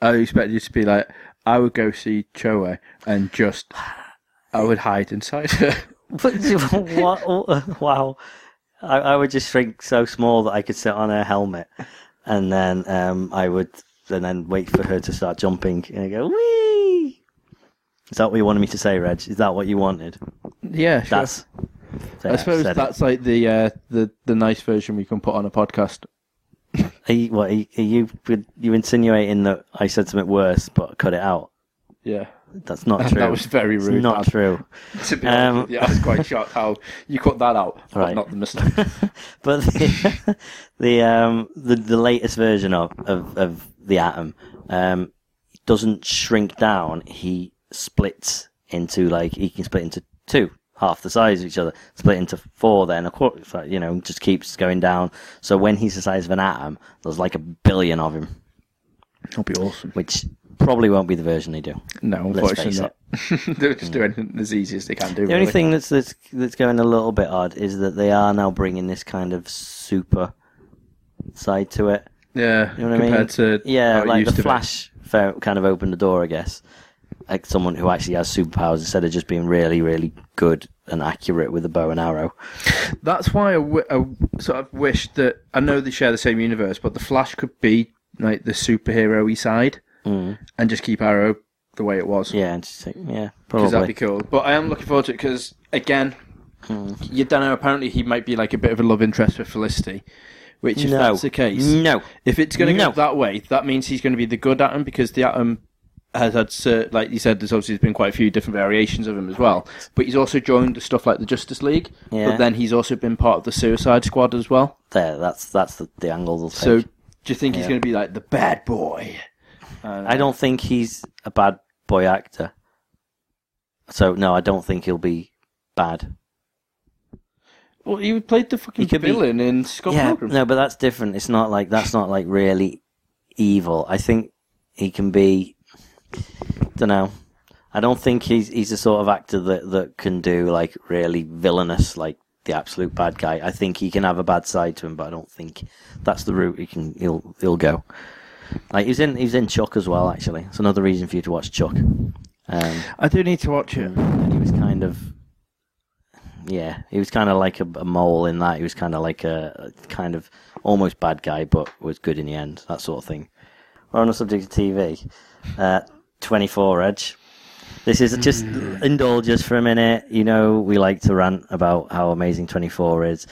Speaker 1: I expect you to be like, I would go see Choe and just, I would hide inside her. *laughs*
Speaker 3: but *laughs* what? oh, Wow, I, I would just shrink so small that I could sit on her helmet, and then um I would and then wait for her to start jumping and I go wee. Is that what you wanted me to say, Reg? Is that what you wanted?
Speaker 1: yeah, sure.
Speaker 3: That's.
Speaker 1: I suppose
Speaker 3: said it.
Speaker 1: that's like the uh, the the nice version we can put on a podcast.
Speaker 3: Are you, what, are you, are you are you insinuating that I said something worse, but cut it out?
Speaker 1: Yeah,
Speaker 3: That's not
Speaker 1: *laughs*
Speaker 3: true.
Speaker 1: that was very
Speaker 3: It's
Speaker 1: rude.
Speaker 3: not
Speaker 1: man.
Speaker 3: true.
Speaker 1: *laughs* To be
Speaker 3: Um,
Speaker 1: honest, with you, I was quite shocked how you cut that out, but
Speaker 3: Right.
Speaker 1: not the
Speaker 3: *laughs*
Speaker 1: mistake.
Speaker 3: but the, *laughs* the um the, the latest version of, of, of the atom um doesn't shrink down he splits into like he can split into two half the size of each other split into four then a quarter it's like, you know just keeps going down so when he's the size of an atom there's like a billion of him
Speaker 1: That'll be awesome.
Speaker 3: which probably won't be the version they do
Speaker 1: No,
Speaker 3: Let's
Speaker 1: unfortunately
Speaker 3: face Hmm.
Speaker 1: not. *laughs* They'll just do anything as easy as they can do.
Speaker 3: The only
Speaker 1: really.
Speaker 3: thing that's, that's that's going a little bit odd is that they are now bringing this kind of super side to it.
Speaker 1: yeah,
Speaker 3: You know what I mean?
Speaker 1: compared to
Speaker 3: yeah,
Speaker 1: how it
Speaker 3: like
Speaker 1: used
Speaker 3: the
Speaker 1: to be.
Speaker 3: Flash fo- kind of opened the door, I guess. Like someone who actually has superpowers instead of just being really, really good and accurate with a bow and arrow.
Speaker 1: That's why I, w- I w- sort of wish that I know they share the same universe, but the Flash could be like the superhero-y side and just keep Arrow the way it was.
Speaker 3: Hmm. Yeah, interesting. Yeah,
Speaker 1: because that'd be
Speaker 3: probably.
Speaker 1: cool. But I am looking forward to it because again, you don't know. Apparently, he might be like a bit of a love interest for Felicity, which if
Speaker 3: no,
Speaker 1: that's the case,
Speaker 3: no.
Speaker 1: if it's going to
Speaker 3: No.
Speaker 1: go that way, that means he's going to be the good Atom because the Atom has had, cer- like you said, there's obviously been quite a few different variations of him as well. But he's also joined the stuff like the Justice League.
Speaker 3: Yeah.
Speaker 1: But then he's also been part of the Suicide Squad as well.
Speaker 3: There, that's that's the, the angle they'll
Speaker 1: So,
Speaker 3: take.
Speaker 1: do you think he's going to be like the bad boy? Uh,
Speaker 3: I don't think he's a bad boy actor. So no, I don't think he'll be bad.
Speaker 1: Well, he played the fucking
Speaker 3: He could be-
Speaker 1: villain in Scott
Speaker 3: yeah,
Speaker 1: Pilgrim.
Speaker 3: no, but that's different. It's not like that's not like really evil. I think he can be. Don't know. I don't think he's he's the sort of actor that that can do like really villainous, like the absolute bad guy. I think he can have a bad side to him, but I don't think that's the route he can he'll he'll go. Like he was in he was in Chuck as well. Actually, it's another reason for you to watch Chuck. Um,
Speaker 1: I do need to watch it.
Speaker 3: and he was kind of yeah he was kind of like a, a mole in that he was kind of like a, a kind of almost bad guy but was good in the end that sort of thing we're on the subject of tv uh, 24 edge this is just indulge us for a minute you know we like to rant about how amazing 24 is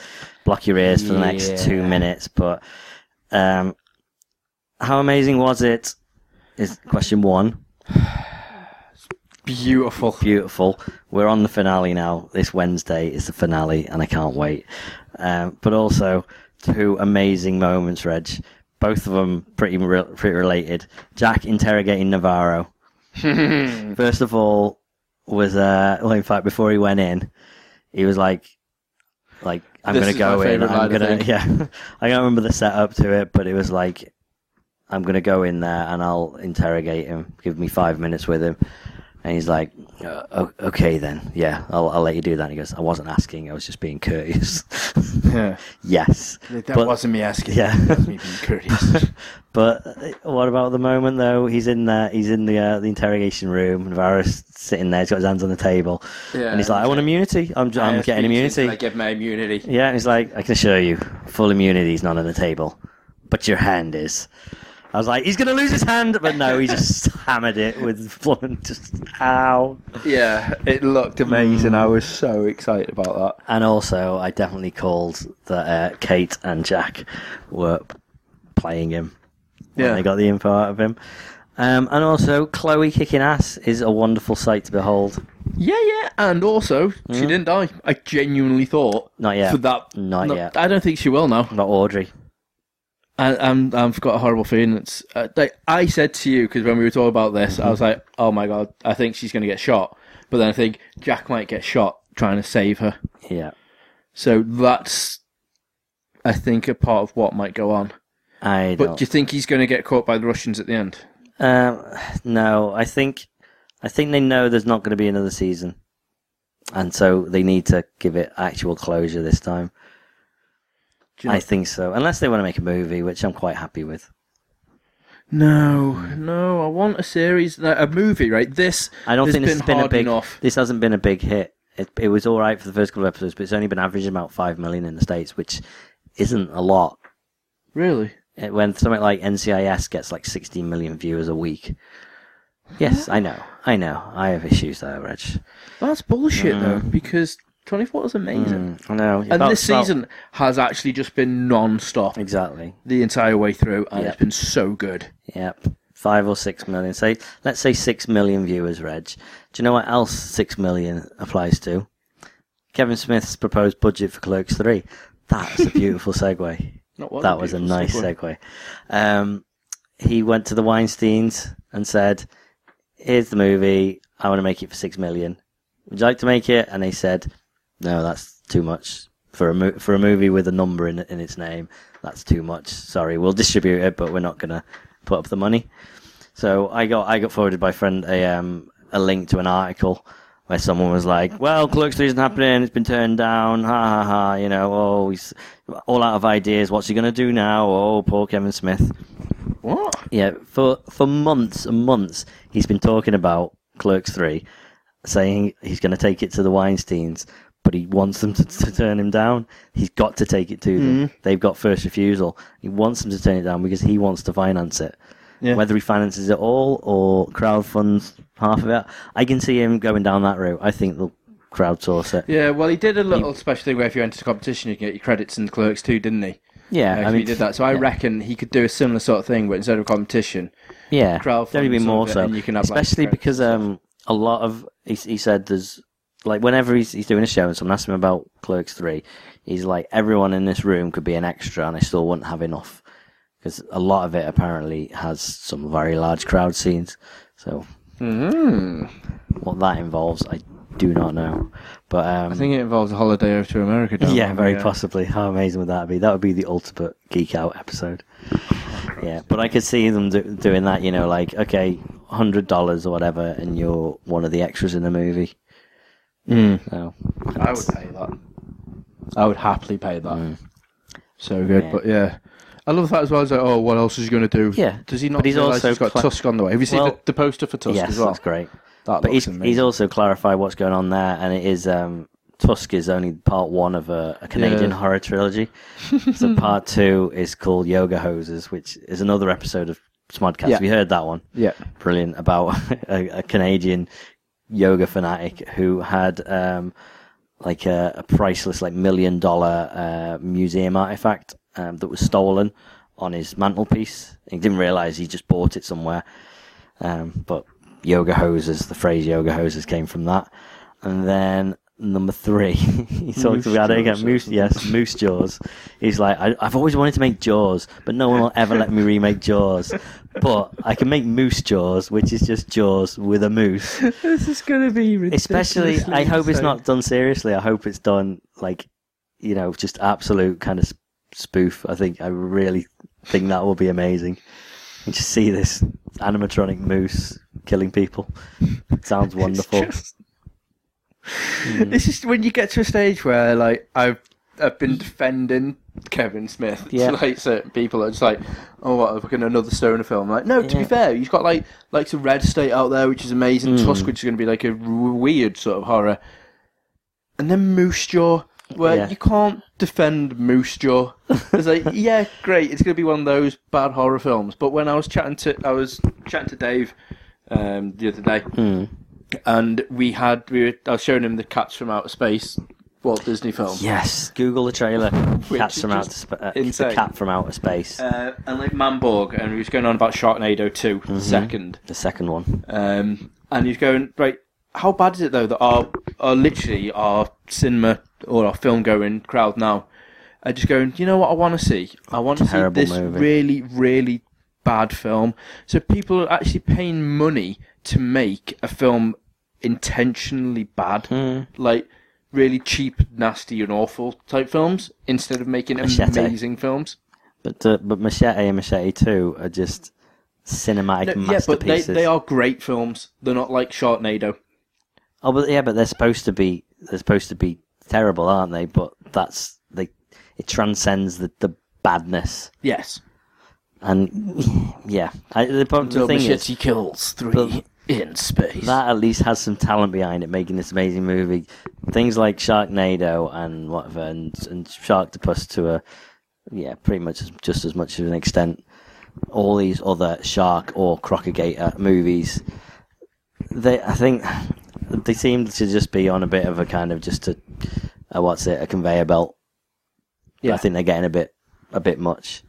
Speaker 3: block your ears for the
Speaker 1: Yeah.
Speaker 3: next two minutes but um, how amazing was it is question one
Speaker 1: beautiful.
Speaker 3: Beautiful. We're on the finale now. This Wednesday is the finale, and I can't wait. Um, but also, two amazing moments, Reg. Both of them pretty re- pretty related. Jack interrogating Navarro. First of all, was uh, well, in fact, before he went in, he was like, like I'm
Speaker 1: This
Speaker 3: gonna
Speaker 1: is
Speaker 3: go
Speaker 1: my
Speaker 3: in.
Speaker 1: favourite
Speaker 3: I'm
Speaker 1: line, I
Speaker 3: gonna
Speaker 1: think.
Speaker 3: yeah. *laughs* I can't remember the setup to it, but it was like, I'm gonna go in there and I'll interrogate him. Give me five minutes with him. And he's like, uh, o- okay then, yeah, I'll, I'll let you do that. And he goes, I wasn't asking, I was just being courteous. *laughs*
Speaker 1: Yeah.
Speaker 3: yes.
Speaker 1: That
Speaker 3: But-
Speaker 1: wasn't me asking.
Speaker 3: Yeah.
Speaker 1: That was me being courteous.
Speaker 3: But uh, what about the moment though? He's in there. He's in the uh, the interrogation room. And Varus sitting there. He's got his hands on the table,
Speaker 1: Yeah.
Speaker 3: *laughs* and he's like, "I want immunity. I'm,
Speaker 1: I
Speaker 3: I'm
Speaker 1: asked
Speaker 3: getting
Speaker 1: you to,
Speaker 3: immunity."
Speaker 1: I give my immunity.
Speaker 3: Yeah, and he's like, "I can assure you, full immunity is not on the table, but your hand is." I was like, "He's gonna lose his hand," but no,
Speaker 1: *laughs*
Speaker 3: he just hammered it with *laughs* blunt. Just ow.
Speaker 1: *laughs* Yeah, it looked amazing. I was so excited about that.
Speaker 3: And also, I definitely called that uh, Kate and Jack were playing him. when
Speaker 1: Yeah.
Speaker 3: they got the info out of him. Um, and also, Chloe kicking ass is a wonderful sight to behold.
Speaker 1: Yeah, yeah, and also she didn't die. I genuinely thought
Speaker 3: Mm-hmm. Not yet.
Speaker 1: for that.
Speaker 3: Not yet.
Speaker 1: I don't think she will now.
Speaker 3: Not Audrey.
Speaker 1: I, I'm I've got a horrible feeling. It's uh, like I said to you because when we were talking about this, I was
Speaker 3: Mm-hmm.
Speaker 1: like, oh my god, I think she's going to get shot. But then I think Jack might get shot trying to save her.
Speaker 3: Yeah,
Speaker 1: So that's, I think, a part of what might go on.
Speaker 3: I
Speaker 1: But
Speaker 3: don't.
Speaker 1: do you think he's going to get caught by the Russians at the end?
Speaker 3: Um, no, I think, I think they know there's not going to be another season, and so they need to give it actual closure this time.
Speaker 1: Do you
Speaker 3: I think so, unless they want to make a movie, which I'm quite happy with.
Speaker 1: No, no, I want a series, like a movie, right? This
Speaker 3: I don't
Speaker 1: has
Speaker 3: think this
Speaker 1: been
Speaker 3: has been a
Speaker 1: hard
Speaker 3: big.
Speaker 1: enough.
Speaker 3: This hasn't been a big hit. It, it was all right for the first couple of episodes, but it's only been averaging about five million in the states, which isn't a lot.
Speaker 1: Really?
Speaker 3: It- When something like NCIS gets like 16 million viewers a week. Yes, I know, I know. I have issues though, Reg.
Speaker 1: That's bullshit, though,
Speaker 3: Mm.
Speaker 1: because 24 is amazing.
Speaker 3: I know.
Speaker 1: And this season has actually just been non-stop
Speaker 3: exactly.
Speaker 1: the entire way through, and
Speaker 3: Yeah.
Speaker 1: it's been so good.
Speaker 3: Yep. Five or six million. Say, let's say six million viewers, Reg. Do you know what else six million applies to? Kevin Smith's proposed budget for Clerks 3. That's a beautiful segue.
Speaker 1: Not what
Speaker 3: that was a nice segue. Um, he went to the Weinsteins and said, "Here's the movie. I want to make it for six million. Would you like to make it?" And they said, "No, that's too much for a mo- for a movie with a number in in its name. That's too much. Sorry, we'll distribute it, but we're not gonna put up the money." So I got I got forwarded by friend a um a link to an article where someone was like, "Well, Clerks 3 isn't happening. It's been turned down. Ha ha ha. You know, oh, he's all out of ideas. What's he gonna do now? Oh, poor Kevin Smith.
Speaker 1: What?
Speaker 3: Yeah, for for months and months, he's been talking about Clerks 3, saying he's gonna take it to the Weinstein's." But he wants them to, to turn him down. He's got to take it to them. They've got first refusal. He wants them to turn it down because he wants to finance it.
Speaker 1: Yeah.
Speaker 3: Whether he finances it all or crowdfunds half of it, I can see him going down that route. I think they'll crowdsource it.
Speaker 1: Yeah, well, he did a little special thing where if you entered the competition, you get your credits and clerks too, didn't he?
Speaker 3: Yeah,
Speaker 1: Uh,
Speaker 3: I
Speaker 1: 'cause
Speaker 3: mean,
Speaker 1: he did that. So I reckon he could do a similar sort of thing, but instead of competition,
Speaker 3: yeah,
Speaker 1: crowdfund
Speaker 3: definitely
Speaker 1: some
Speaker 3: more
Speaker 1: of it
Speaker 3: so.
Speaker 1: and you can have, like,
Speaker 3: Especially
Speaker 1: credits
Speaker 3: because um, a lot of he, he said there's like whenever he's he's doing a show and someone asks him about Clerks Three, he's like everyone in this room could be an extra and I still wouldn't have enough because a lot of it apparently has some very large crowd scenes. So
Speaker 1: Mm-hmm.
Speaker 3: what that involves, I do not know, but um,
Speaker 1: I think it involves a holiday over to America. Don't
Speaker 3: Yeah,
Speaker 1: it?
Speaker 3: very possibly. How amazing would that be? That would be the ultimate geek
Speaker 1: *laughs*
Speaker 3: out episode. Yeah, but I could see them do, doing that. You know, like okay, hundred dollars or whatever, and you're one of the extras in the movie. So,
Speaker 1: Hmm. I would pay that. I would happily pay that. So good, but yeah. I love that as well. It's like, oh, what else is he going to do?
Speaker 3: Yeah.
Speaker 1: Does he not
Speaker 3: But he's
Speaker 1: realise
Speaker 3: also
Speaker 1: he's got
Speaker 3: pla-
Speaker 1: Tusk on the way? Have you seen
Speaker 3: Well-
Speaker 1: the, the poster for Tusk
Speaker 3: yes,
Speaker 1: as well?
Speaker 3: that's great.
Speaker 1: That
Speaker 3: But
Speaker 1: looks
Speaker 3: he's
Speaker 1: amazing.
Speaker 3: he's also clarified what's going on there, and it is um, Tusk is only part one of a, a Canadian
Speaker 1: Yeah. *laughs*
Speaker 3: horror trilogy. so part two is called Yoga Hoses, which is another episode of Smodcast.
Speaker 1: Yeah.
Speaker 3: Have you heard that one?
Speaker 1: Yeah.
Speaker 3: brilliant about *laughs* a, a Canadian yoga fanatic who had um, like a, a priceless like million dollar uh, museum artifact um, that was stolen on his mantelpiece. He didn't realize he just bought it somewhere, um, but yoga hoses. The phrase yoga hoses came from that. And then number three, *laughs* he talked
Speaker 4: Moose
Speaker 3: about it
Speaker 4: jaws
Speaker 3: again.
Speaker 4: or
Speaker 3: Moose,
Speaker 4: something.
Speaker 3: yes, Moose Jaws. He's like, I, I've always wanted to make Jaws, but no one will ever let me
Speaker 4: *laughs*
Speaker 3: remake Jaws. But I can make Moose Jaws, which is just Jaws with a moose.
Speaker 1: *laughs* this is going to be ridiculous.
Speaker 3: Especially, I hope it's not done seriously. I hope it's done like, you know, just absolute kind of spoof. I think I really think that will be amazing. And just see this animatronic moose killing people. Sounds wonderful.
Speaker 1: *laughs*
Speaker 3: Mm.
Speaker 1: It's just, it's just when you get to a stage where like I've I've been defending Kevin Smith
Speaker 3: Yeah.
Speaker 1: to *laughs* like certain people. It's like, oh, what, have we got another Stoner film? like, no. To be
Speaker 3: Yeah. Mm.
Speaker 1: fair, you've got like like the Red State out there, which is amazing. Tusk, which is going to be like a r- weird sort of horror, and then Moose Jaw. Where
Speaker 3: Yeah.
Speaker 1: you can't defend Moose
Speaker 3: *laughs*
Speaker 1: Jaw. It's like, yeah, great. It's going to be one of those bad horror films. But when I was chatting to, I was chatting to Dave um, the other day,
Speaker 3: Hmm.
Speaker 1: and we had we were, I was showing him the Cats from Outer Space Walt Disney film.
Speaker 3: Yes, Google the trailer.
Speaker 1: *laughs* Which
Speaker 3: Cats
Speaker 1: is
Speaker 3: from outer
Speaker 1: just
Speaker 3: spa- uh,
Speaker 1: insane.
Speaker 3: the cat from outer space.
Speaker 1: Uh, and like Manborg, and he was going on about Sharknado 2, the second.
Speaker 3: the second one.
Speaker 1: Um, and he's going, right, how bad is it though that our, our literally our cinema or our film going crowd now are just going, you know what I want to see? I want to see
Speaker 3: Terrible
Speaker 1: this
Speaker 3: movie."
Speaker 1: really, really bad film. So people are actually paying money to make a film intentionally bad,
Speaker 3: Hmm.
Speaker 1: like really cheap, nasty, and awful type films instead of making
Speaker 3: Machete.
Speaker 1: amazing films.
Speaker 3: But uh, but Machete and Machete 2 are just cinematic
Speaker 1: No, yeah, but they,
Speaker 3: masterpieces.
Speaker 1: they are great films. They're not like Sharknado.
Speaker 3: Oh, but yeah, but they're supposed to be they're supposed to be terrible, aren't they? But that's they it transcends the, the badness
Speaker 1: Yes.
Speaker 3: and yeah. I, the problem the thing is
Speaker 1: kills three
Speaker 3: but-
Speaker 1: in space.
Speaker 3: that at least has some talent behind it, making this amazing movie. Things like Sharknado and whatever, and and Sharktopus to a yeah, pretty much as- just as much of an extent. All these other shark or crocodigator movies, they I think they seem to just be on a bit of a kind of just a, a what's it a conveyor belt.
Speaker 1: Yeah.
Speaker 3: I think they're getting a bit a bit much.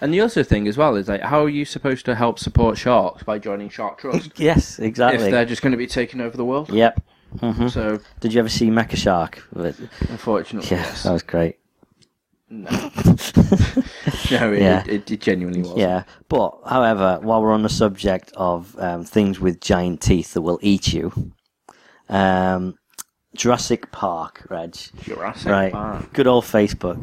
Speaker 1: and the other thing as well is like, how are you supposed to help support sharks by joining Shark Trust
Speaker 3: Yes,
Speaker 1: if they're
Speaker 3: exactly. Mm-hmm.
Speaker 1: just going to be taking over the world?
Speaker 3: Yep.
Speaker 1: So,
Speaker 3: Did you ever see Mecha Shark?
Speaker 1: unfortunately,
Speaker 3: Yeah, Oh,
Speaker 1: yes.
Speaker 3: that was great.
Speaker 1: No, it,
Speaker 3: Yeah.
Speaker 1: it, it genuinely was.
Speaker 3: *laughs* Yeah, but however, while we're on the subject of um, things with giant teeth that will eat you, um, Jurassic Park, Reg.
Speaker 1: Jurassic
Speaker 3: Right, *laughs*
Speaker 1: Park.
Speaker 3: good old Facebook.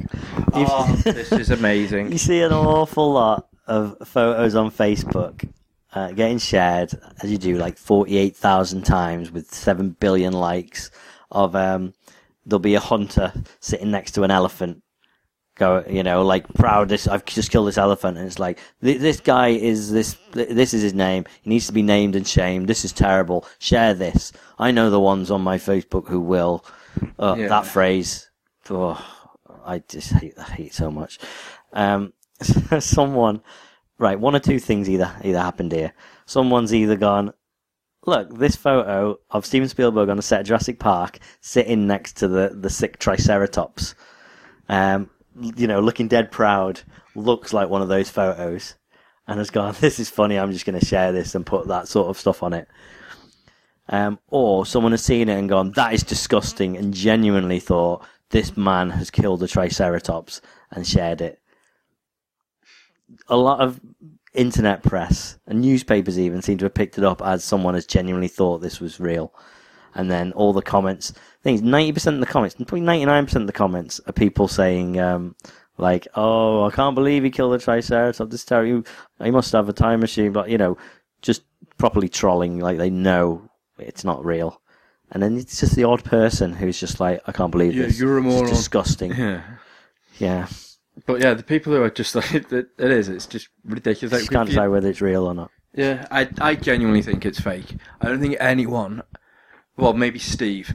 Speaker 1: Oh, Ah. *laughs* this is amazing.
Speaker 3: *laughs* You see an awful lot of photos on Facebook uh, getting shared, as you do, like 48,000 times with 7 billion likes of um, there'll be a hunter sitting next to an elephant. Go, you know, like proud. This I've just killed this elephant, and it's like "Th- this guy is this. th- This is his name. He needs to be named and shamed. This is terrible. Share this. I know the ones on my Facebook who will. Uh,
Speaker 1: Yeah.
Speaker 3: That phrase. Oh, I just hate that hate so much. Um, *laughs* someone, right? One or two things either either happened here. Someone's either gone, look, this photo of Steven Spielberg on the set of Jurassic Park sitting next to the, the sick Triceratops, um, l- you know, looking dead proud, looks like one of those photos. And has gone, *laughs* this is funny, I'm just going to share this and put that sort of stuff on it. Um, or someone has seen it and gone, that is disgusting, and genuinely thought, this man has killed a Triceratops and shared it. A lot of internet press and newspapers even seem to have picked it up as someone has genuinely thought this was real. And then all the comments, things, 90% of the comments, probably 99% of the comments are people saying, um, like, oh, I can't believe he killed the Triceratops. This terrible. He must have a time machine, but, you know, just properly trolling, like they know it's not real. And then it's just the odd person who's just like, I can't believe
Speaker 1: Yeah,
Speaker 3: this.
Speaker 1: you're a
Speaker 3: This is
Speaker 1: moron."
Speaker 3: disgusting.
Speaker 1: *laughs* Yeah.
Speaker 3: yeah.
Speaker 1: But yeah, the people who are just *laughs* like, it, it is, it's just ridiculous. Like,
Speaker 3: Just can't
Speaker 1: you-
Speaker 3: decide whether it's real or not.
Speaker 1: Yeah, I I genuinely think it's fake. I don't think anyone, well, maybe
Speaker 3: *laughs*
Speaker 1: Steve,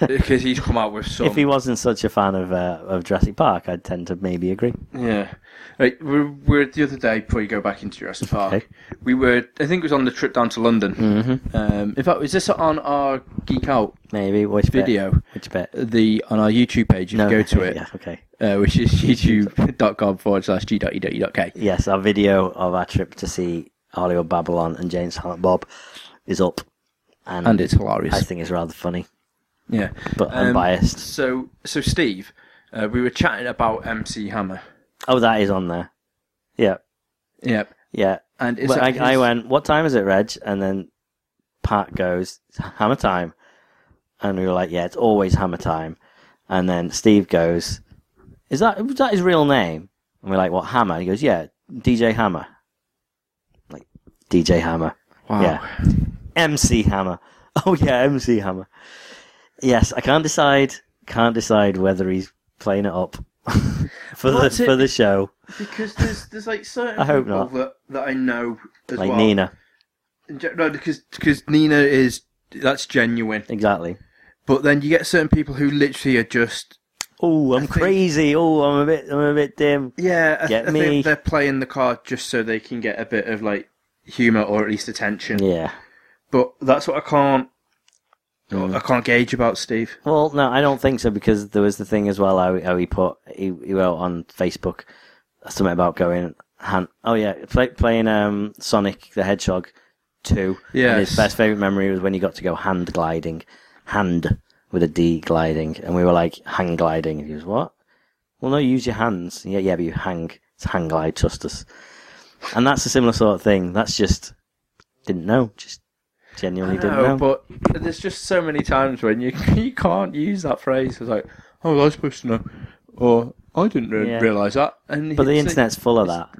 Speaker 1: because he's come out with some.
Speaker 3: if he wasn't such a fan of uh, of Jurassic Park, I'd tend to maybe agree.
Speaker 1: Yeah, like we were the other day before you go back into Jurassic Park.
Speaker 3: Okay.
Speaker 1: We were, I think it was on the trip down to London. Mm-hmm. Um, in fact, was this on our Geek Out
Speaker 3: Maybe which
Speaker 1: video?
Speaker 3: bit? Which bit?
Speaker 1: The on our YouTube page, if you go to it,
Speaker 3: Yeah, okay.
Speaker 1: uh, which *laughs* is youtube.com forward slash E g.e.k.
Speaker 3: Yes, our video of our trip to see Hollywood Babylon and James Silent Bob is up, and,
Speaker 1: and it's hilarious.
Speaker 3: I think it's rather funny,
Speaker 1: yeah,
Speaker 3: but I'm
Speaker 1: Um,
Speaker 3: biased.
Speaker 1: So, so Steve, uh, we were chatting about MC Hammer.
Speaker 3: Oh, that is on there. Yeah,
Speaker 1: Yeah,
Speaker 3: yeah.
Speaker 1: and it's
Speaker 3: Well, I,
Speaker 1: like
Speaker 3: I
Speaker 1: his-
Speaker 3: went, "What time is it, Reg?" And then Pat goes, "It's "Hammer time," and we were like, "Yeah, it's always hammer time." And then Steve goes, "Is that was that his real name?" And we're like, "What Hammer?" And he goes, "Yeah, DJ Hammer." Like DJ Hammer,
Speaker 1: Wow.
Speaker 3: yeah. MC Hammer. *laughs* Oh yeah, MC Hammer. Yes, I can't decide. Can't decide whether he's playing it up *laughs* for the
Speaker 1: What's it-
Speaker 3: for the show,
Speaker 1: Because there's there's like certain
Speaker 3: I hope
Speaker 1: people
Speaker 3: not.
Speaker 1: that that I know as
Speaker 3: like
Speaker 1: well.
Speaker 3: Nina.
Speaker 1: In gen- No, because because Nina is that's genuine.
Speaker 3: Exactly.
Speaker 1: But then you get certain people who literally are just
Speaker 3: Oh, I'm
Speaker 1: think-
Speaker 3: crazy. Oh, I'm a bit, I'm a bit dim.
Speaker 1: yeah. I,
Speaker 3: Get
Speaker 1: I
Speaker 3: me.
Speaker 1: think they're playing the card just so they can get a bit of like humor or at least attention.
Speaker 3: Yeah.
Speaker 1: But that's what I can't. I can't gauge about Steve.
Speaker 3: Well, no, I don't think so because there was the thing as well how, how he put he, he wrote on Facebook something about going han oh yeah play, playing um Sonic the Hedgehog two. Yeah.
Speaker 1: Yes.
Speaker 3: His best favorite memory was when he got to go hand gliding, hand with a D gliding, and we were like hang gliding. And he was what? Well, no, you use your hands. Yeah, yeah, but you hang. It's hang glide. Trust us. And that's a similar sort of thing. That's just didn't know. Just genuinely didn't
Speaker 1: No,
Speaker 3: know.
Speaker 1: but there's just so many times when you *laughs* you can't use that phrase. It's like, oh, I was supposed to know, or I didn't re-
Speaker 3: Yeah.
Speaker 1: realize that. And
Speaker 3: But the
Speaker 1: it's like-
Speaker 3: internet's full of that.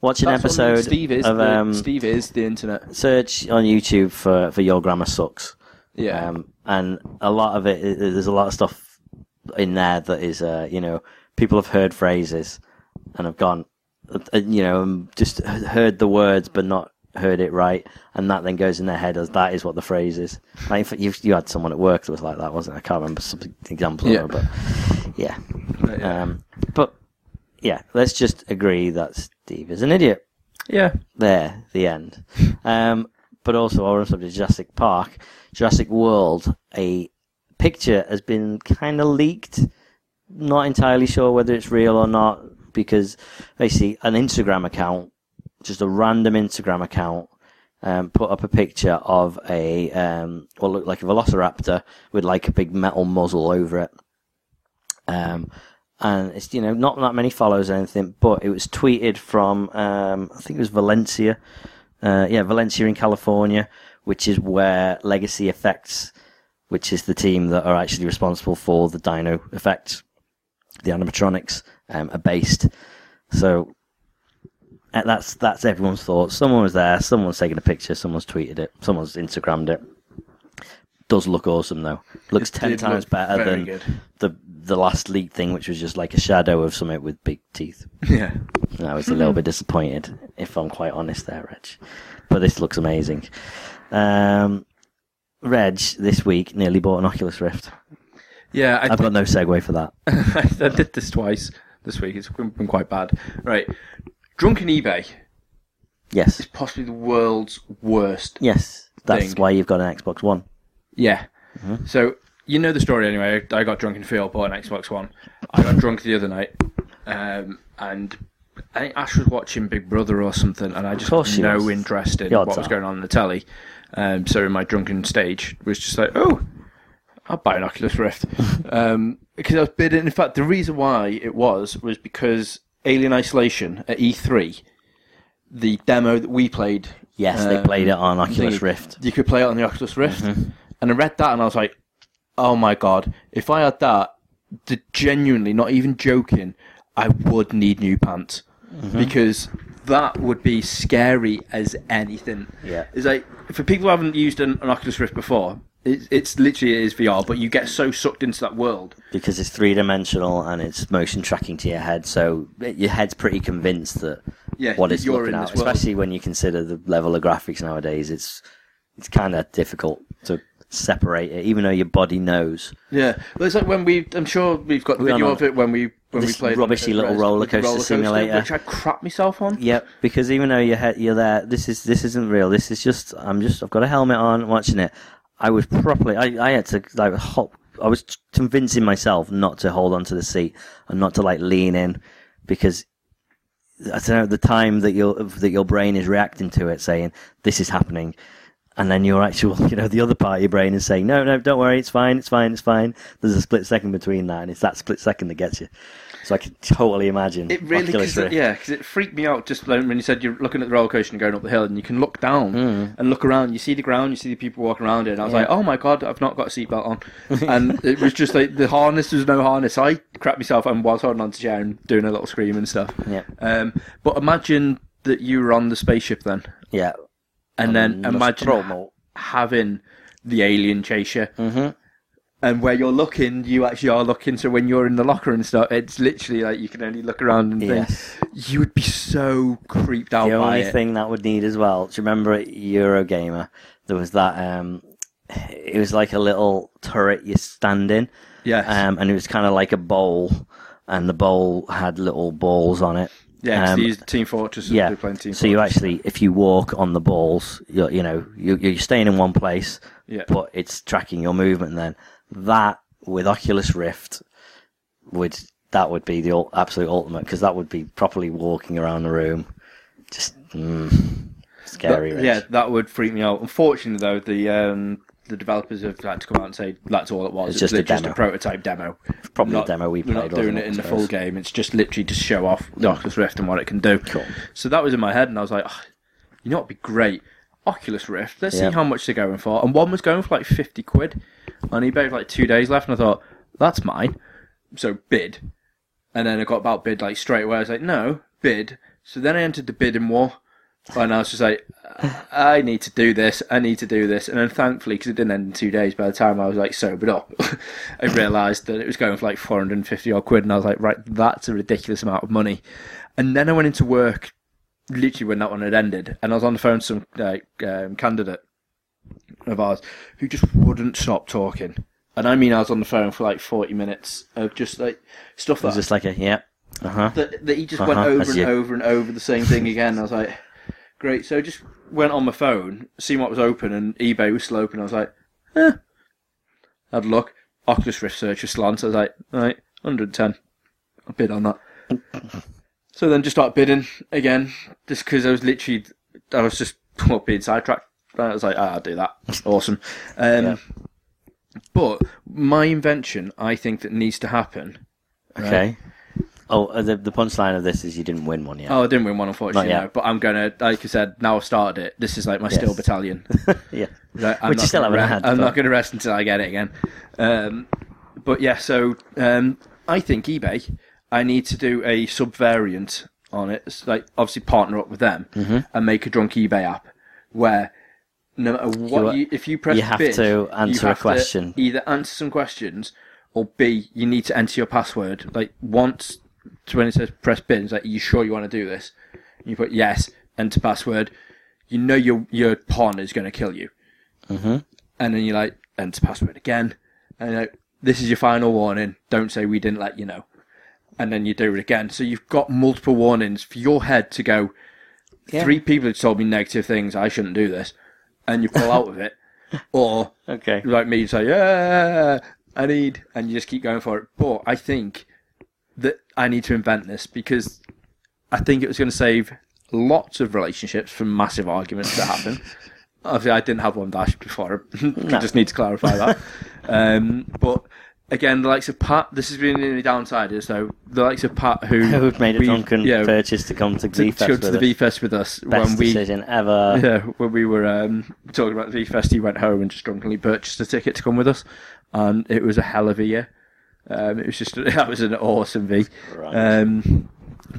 Speaker 3: Watch an
Speaker 1: that's what I mean,
Speaker 3: episode
Speaker 1: Steve is
Speaker 3: of
Speaker 1: the,
Speaker 3: um,
Speaker 1: Steve is the internet.
Speaker 3: search on YouTube for for your grammar sucks.
Speaker 1: Yeah,
Speaker 3: Um, and a lot of it, i- there's a lot of stuff in there that is, uh, you know, people have heard phrases and have gone, uh, uh, you know, um, just h- heard the words but not heard it right, and that then goes in their head as that is what the phrase is. Like in fact, you you had someone at work that was like that, wasn't it? I can't remember some example, of
Speaker 1: Yeah.
Speaker 3: it, but yeah.
Speaker 1: yeah.
Speaker 3: Um, but yeah, let's just agree that Steve is an idiot.
Speaker 1: yeah.
Speaker 3: There, the end. Um, but also, I was up to Jurassic Park, Jurassic World. A picture has been kind of leaked. Not entirely sure whether it's real or not because basically an Instagram account, just a random Instagram account, um, put up a picture of a um, what looked like a Velociraptor with like a big metal muzzle over it. Um, and it's you know not that many follows or anything, but it was tweeted from um, I think it was Valencia, uh, yeah, Valencia in California, which is where Legacy Effects, which is the team that are actually responsible for the Dino effects, the animatronics, um, are based. So uh, that's that's everyone's thoughts. Someone was there, someone's taken a picture, someone's tweeted it, someone's Instagrammed it. Does look awesome though. Looks
Speaker 1: It
Speaker 3: ten
Speaker 1: did
Speaker 3: times
Speaker 1: look
Speaker 3: better
Speaker 1: very
Speaker 3: than
Speaker 1: good.
Speaker 3: the the last leak thing, which was just like a shadow of something with big teeth.
Speaker 1: Yeah.
Speaker 3: And I was a little bit disappointed, if I'm quite honest, there, Reg. But this looks amazing. Um, Reg this week nearly bought an Oculus Rift.
Speaker 1: Yeah, I,
Speaker 3: I've got no segue for that.
Speaker 1: *laughs* I did this twice this week. It's been been quite bad. Right. Drunken eBay
Speaker 3: Yes,
Speaker 1: is possibly the world's worst.
Speaker 3: yes, that's
Speaker 1: Thing.
Speaker 3: why you've got an Xbox One.
Speaker 1: Yeah.
Speaker 3: Mm-hmm.
Speaker 1: So, you know the story anyway. I got drunk in field, bought an Xbox One. I got drunk the other night. Um, and I think Ash was watching Big Brother or something, and I just
Speaker 3: course
Speaker 1: had
Speaker 3: she
Speaker 1: no
Speaker 3: was.
Speaker 1: interest in
Speaker 3: The
Speaker 1: what
Speaker 3: odds
Speaker 1: was
Speaker 3: are.
Speaker 1: going on in the telly. Um, so, in my drunken stage, was just like, oh, I'll buy an Oculus
Speaker 3: *laughs*
Speaker 1: Rift. um, because I was bidding. In fact, the reason why it was was because Alien Isolation at E E3, the demo that we played.
Speaker 3: Yes, they
Speaker 1: um,
Speaker 3: played it on Oculus
Speaker 1: thing,
Speaker 3: Rift. Mm-hmm.
Speaker 1: You could play it on the Oculus Rift. And I read that and I was like, oh my god, if I had that, the, genuinely, not even joking, I would need new pants.
Speaker 3: Mm-hmm.
Speaker 1: Because that would be scary as anything.
Speaker 3: Yeah.
Speaker 1: It's like, for people who haven't used an, an Oculus Rift before, it, it's literally it is VR, but you get so sucked into that world.
Speaker 3: because it's three dimensional and it's motion tracking to your head, so it- your head's pretty convinced that
Speaker 1: Yeah,
Speaker 3: what
Speaker 1: that
Speaker 3: it's
Speaker 1: you're
Speaker 3: looking
Speaker 1: in
Speaker 3: at.
Speaker 1: this world.
Speaker 3: Especially when you consider the level of graphics nowadays, it's it's kind of difficult to separate it, even though your body knows.
Speaker 1: Yeah, well, it's like when we. I'm sure we've got the
Speaker 3: We are
Speaker 1: video
Speaker 3: not-
Speaker 1: of it when we when
Speaker 3: This
Speaker 1: we played
Speaker 3: rubbishy little
Speaker 1: Rest-
Speaker 3: roller
Speaker 1: with the
Speaker 3: coaster simulator.
Speaker 1: which I crap myself on.
Speaker 3: Yep, because even though your head, you're there, this is this isn't real. This is just I'm just I've got a helmet on watching it. I was properly I, I had to like hop. I was convincing myself not to hold onto the seat and not to like lean in because I don't know the time that your of- that your brain is reacting to it, saying this is happening, and then your actual *laughs* you know the other part of your brain is saying no no don't worry it's fine it's fine it's fine. There's a split second between that, and it's that split second that gets you. So I can totally imagine.
Speaker 1: It really,
Speaker 3: Oculus
Speaker 1: cause it,
Speaker 3: Rift.
Speaker 1: yeah, because it freaked me out just like when you said you're looking at the roller coaster and going up the hill, and you can look down and look around. You see the ground, you see the people walking around it, and I was
Speaker 3: Hmm. Yeah.
Speaker 1: like, oh my god, I've not got a seatbelt
Speaker 3: *laughs*
Speaker 1: on, and it was just like the harness was no harness. I crapped myself and was holding onto the chair and doing a little scream and stuff.
Speaker 3: Yep.
Speaker 1: Um, but imagine that you were on the spaceship then,
Speaker 3: yeah.
Speaker 1: and then
Speaker 3: Um,
Speaker 1: imagine
Speaker 3: Nostromo.
Speaker 1: having the alien chase you.
Speaker 3: Mm-hmm.
Speaker 1: And where you're looking, you actually are looking. So when you're in the locker and stuff, it's literally like you can only look around and think,
Speaker 3: Yes.
Speaker 1: you would be so creeped out
Speaker 3: The
Speaker 1: by
Speaker 3: only
Speaker 1: it.
Speaker 3: thing that would need as well. Do you remember at Eurogamer? There was that. Um, it was like a little turret you stand in,
Speaker 1: Yes.
Speaker 3: um, and it was kind of like a bowl, and the bowl had little balls on it.
Speaker 1: yeah, 'cause
Speaker 3: um,
Speaker 1: they used Team Fortress. and
Speaker 3: yeah.
Speaker 1: they were playing Team
Speaker 3: So you
Speaker 1: Fortress.
Speaker 3: actually, if you walk on the balls, you're, you know, you you're staying in one place,
Speaker 1: Yeah.
Speaker 3: but it's tracking your movement. Then that with Oculus Rift would that would be the ul- absolute ultimate because that would be properly walking around the room, just mm, scary.
Speaker 1: That-
Speaker 3: Rich.
Speaker 1: yeah, that would freak me out. Unfortunately, though, the um, the developers have had to come out and say that's all it was.
Speaker 3: It's just a
Speaker 1: literally
Speaker 3: demo.
Speaker 1: prototype demo.
Speaker 3: Probably
Speaker 1: Not-
Speaker 3: the demo we
Speaker 1: We're not
Speaker 3: played,
Speaker 1: doing
Speaker 3: wasn't
Speaker 1: it
Speaker 3: it,
Speaker 1: in the
Speaker 3: I
Speaker 1: full
Speaker 3: suppose?
Speaker 1: game. It's just literally to show off the Oculus Rift and what it can do.
Speaker 3: Cool.
Speaker 1: So that was in my head, and I was like, "Oh, you know, it'd be great. Oculus Rift. Let's
Speaker 3: Yeah.
Speaker 1: see how much they're going for. And one was going for like fifty quid on eBay with like two days left, and I thought that's mine. So bid. And then I got about bid like straight away. I was like, no, bid. So then I entered the bidding war. And I was just like, I need to do this. I need to do this. And then thankfully, because it didn't end in two days, by the time I was like sobered up, *laughs* I realised that it was going for like 450 odd quid. And I was like, right, that's a ridiculous amount of money. And then I went into work literally when that one had ended. And I was on the phone to some like, um, candidate of ours who just wouldn't stop talking. And I mean, I was on the phone for like 40 minutes of just like stuff
Speaker 3: It's
Speaker 1: that
Speaker 3: just like a yeah, uh huh.
Speaker 1: that, that he just
Speaker 3: Uh-huh,
Speaker 1: went over
Speaker 3: that's
Speaker 1: and
Speaker 3: you.
Speaker 1: over and over the same thing again. I was like, great. So I just went on my phone, seen what was open, and eBay was still open. I was like, eh. Had a look. Oculus Rift search was slant. I was like, right, 110. I'll bid
Speaker 3: *laughs*
Speaker 1: on that. so then just start bidding again, just because I was literally, I was just *laughs* being sidetracked. I was like, ah, I'll do
Speaker 3: *laughs*
Speaker 1: that. Awesome. Um,
Speaker 3: Yeah.
Speaker 1: But my invention, I think, that needs to happen.
Speaker 3: Okay. Oh, uh, the the punchline of this is you didn't win one yet.
Speaker 1: Oh, I didn't win one, unfortunately.
Speaker 3: Not yet.
Speaker 1: No, but I'm gonna, like I said, now I've started it. This is like my steel battalion.
Speaker 3: yeah.
Speaker 1: Like, I'm
Speaker 3: Which you
Speaker 1: not
Speaker 3: still
Speaker 1: gonna
Speaker 3: haven't
Speaker 1: rest-
Speaker 3: had,
Speaker 1: I'm
Speaker 3: but-
Speaker 1: not gonna rest until I get it again. Um, but yeah, so um, I think eBay. I need to do a sub variant on it. It's like obviously partner up with them
Speaker 3: Mm-hmm.
Speaker 1: and make a drunk eBay app where. No matter what,
Speaker 3: You-
Speaker 1: you, if you press
Speaker 3: you have
Speaker 1: bid,
Speaker 3: to
Speaker 1: you
Speaker 3: answer a
Speaker 1: have to
Speaker 3: question.
Speaker 1: Either answer some questions, or B, you need to enter your password. Like once, to when it says press bid, it's like, "Are you sure you want to do this?" You put yes, enter password. You know your your pawn is going to kill you, mm-hmm. and then you like enter password again, and you're like, this is your final warning. Don't say we didn't let you know, and then you do it again. So you've got multiple warnings for your head to go. Three people have told me negative things. I shouldn't do this, and you pull out of it, or
Speaker 3: Okay.
Speaker 1: like me, you say, yeah, I need, and you just keep going for it. But I think that I need to invent this because I think it was going to save lots of relationships from massive arguments that
Speaker 3: *laughs*
Speaker 1: happen. Obviously, I didn't have one dash before. *laughs* I just need to clarify
Speaker 3: *laughs*
Speaker 1: that. um, but again, the likes of Pat, this has been the only downside is though the likes of Pat
Speaker 3: *laughs*
Speaker 1: who
Speaker 3: Who've made a
Speaker 1: we-
Speaker 3: drunken
Speaker 1: yeah,
Speaker 3: purchase to come
Speaker 1: to,
Speaker 3: to V
Speaker 1: to
Speaker 3: Fest
Speaker 1: go
Speaker 3: with
Speaker 1: to the
Speaker 3: us?
Speaker 1: V Fest with us
Speaker 3: Best
Speaker 1: when we
Speaker 3: decision ever.
Speaker 1: *laughs* yeah, when we were um, talking about the fest, he went home and just drunkenly purchased a ticket to come with us, and it was a hell of a year. Um, it was just *laughs* that was an awesome V.
Speaker 3: Right.
Speaker 1: Um,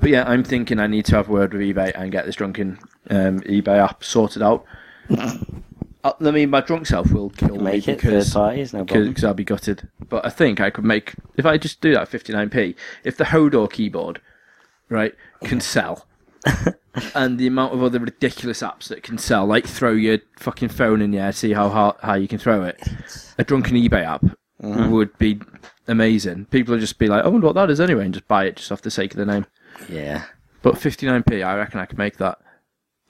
Speaker 1: but yeah, I'm thinking I need to have a word with eBay and get this drunken um, eBay app sorted
Speaker 3: *laughs*
Speaker 1: out. Uh, I mean, my drunk self will kill me
Speaker 3: Make it third
Speaker 1: because
Speaker 3: parties, no problem.
Speaker 1: because I'll be gutted. But I think I could make if I just do that 59p. If the Hodor keyboard, right, can sell, and the amount of other ridiculous apps that can sell, like throw your fucking phone in the air, see how hard, how you can throw it. A drunken eBay app would be amazing. People would just be like, "I wonder what that is anyway," and just buy it just off the sake of the name.
Speaker 3: Yeah.
Speaker 1: But 59p, I reckon I could make that.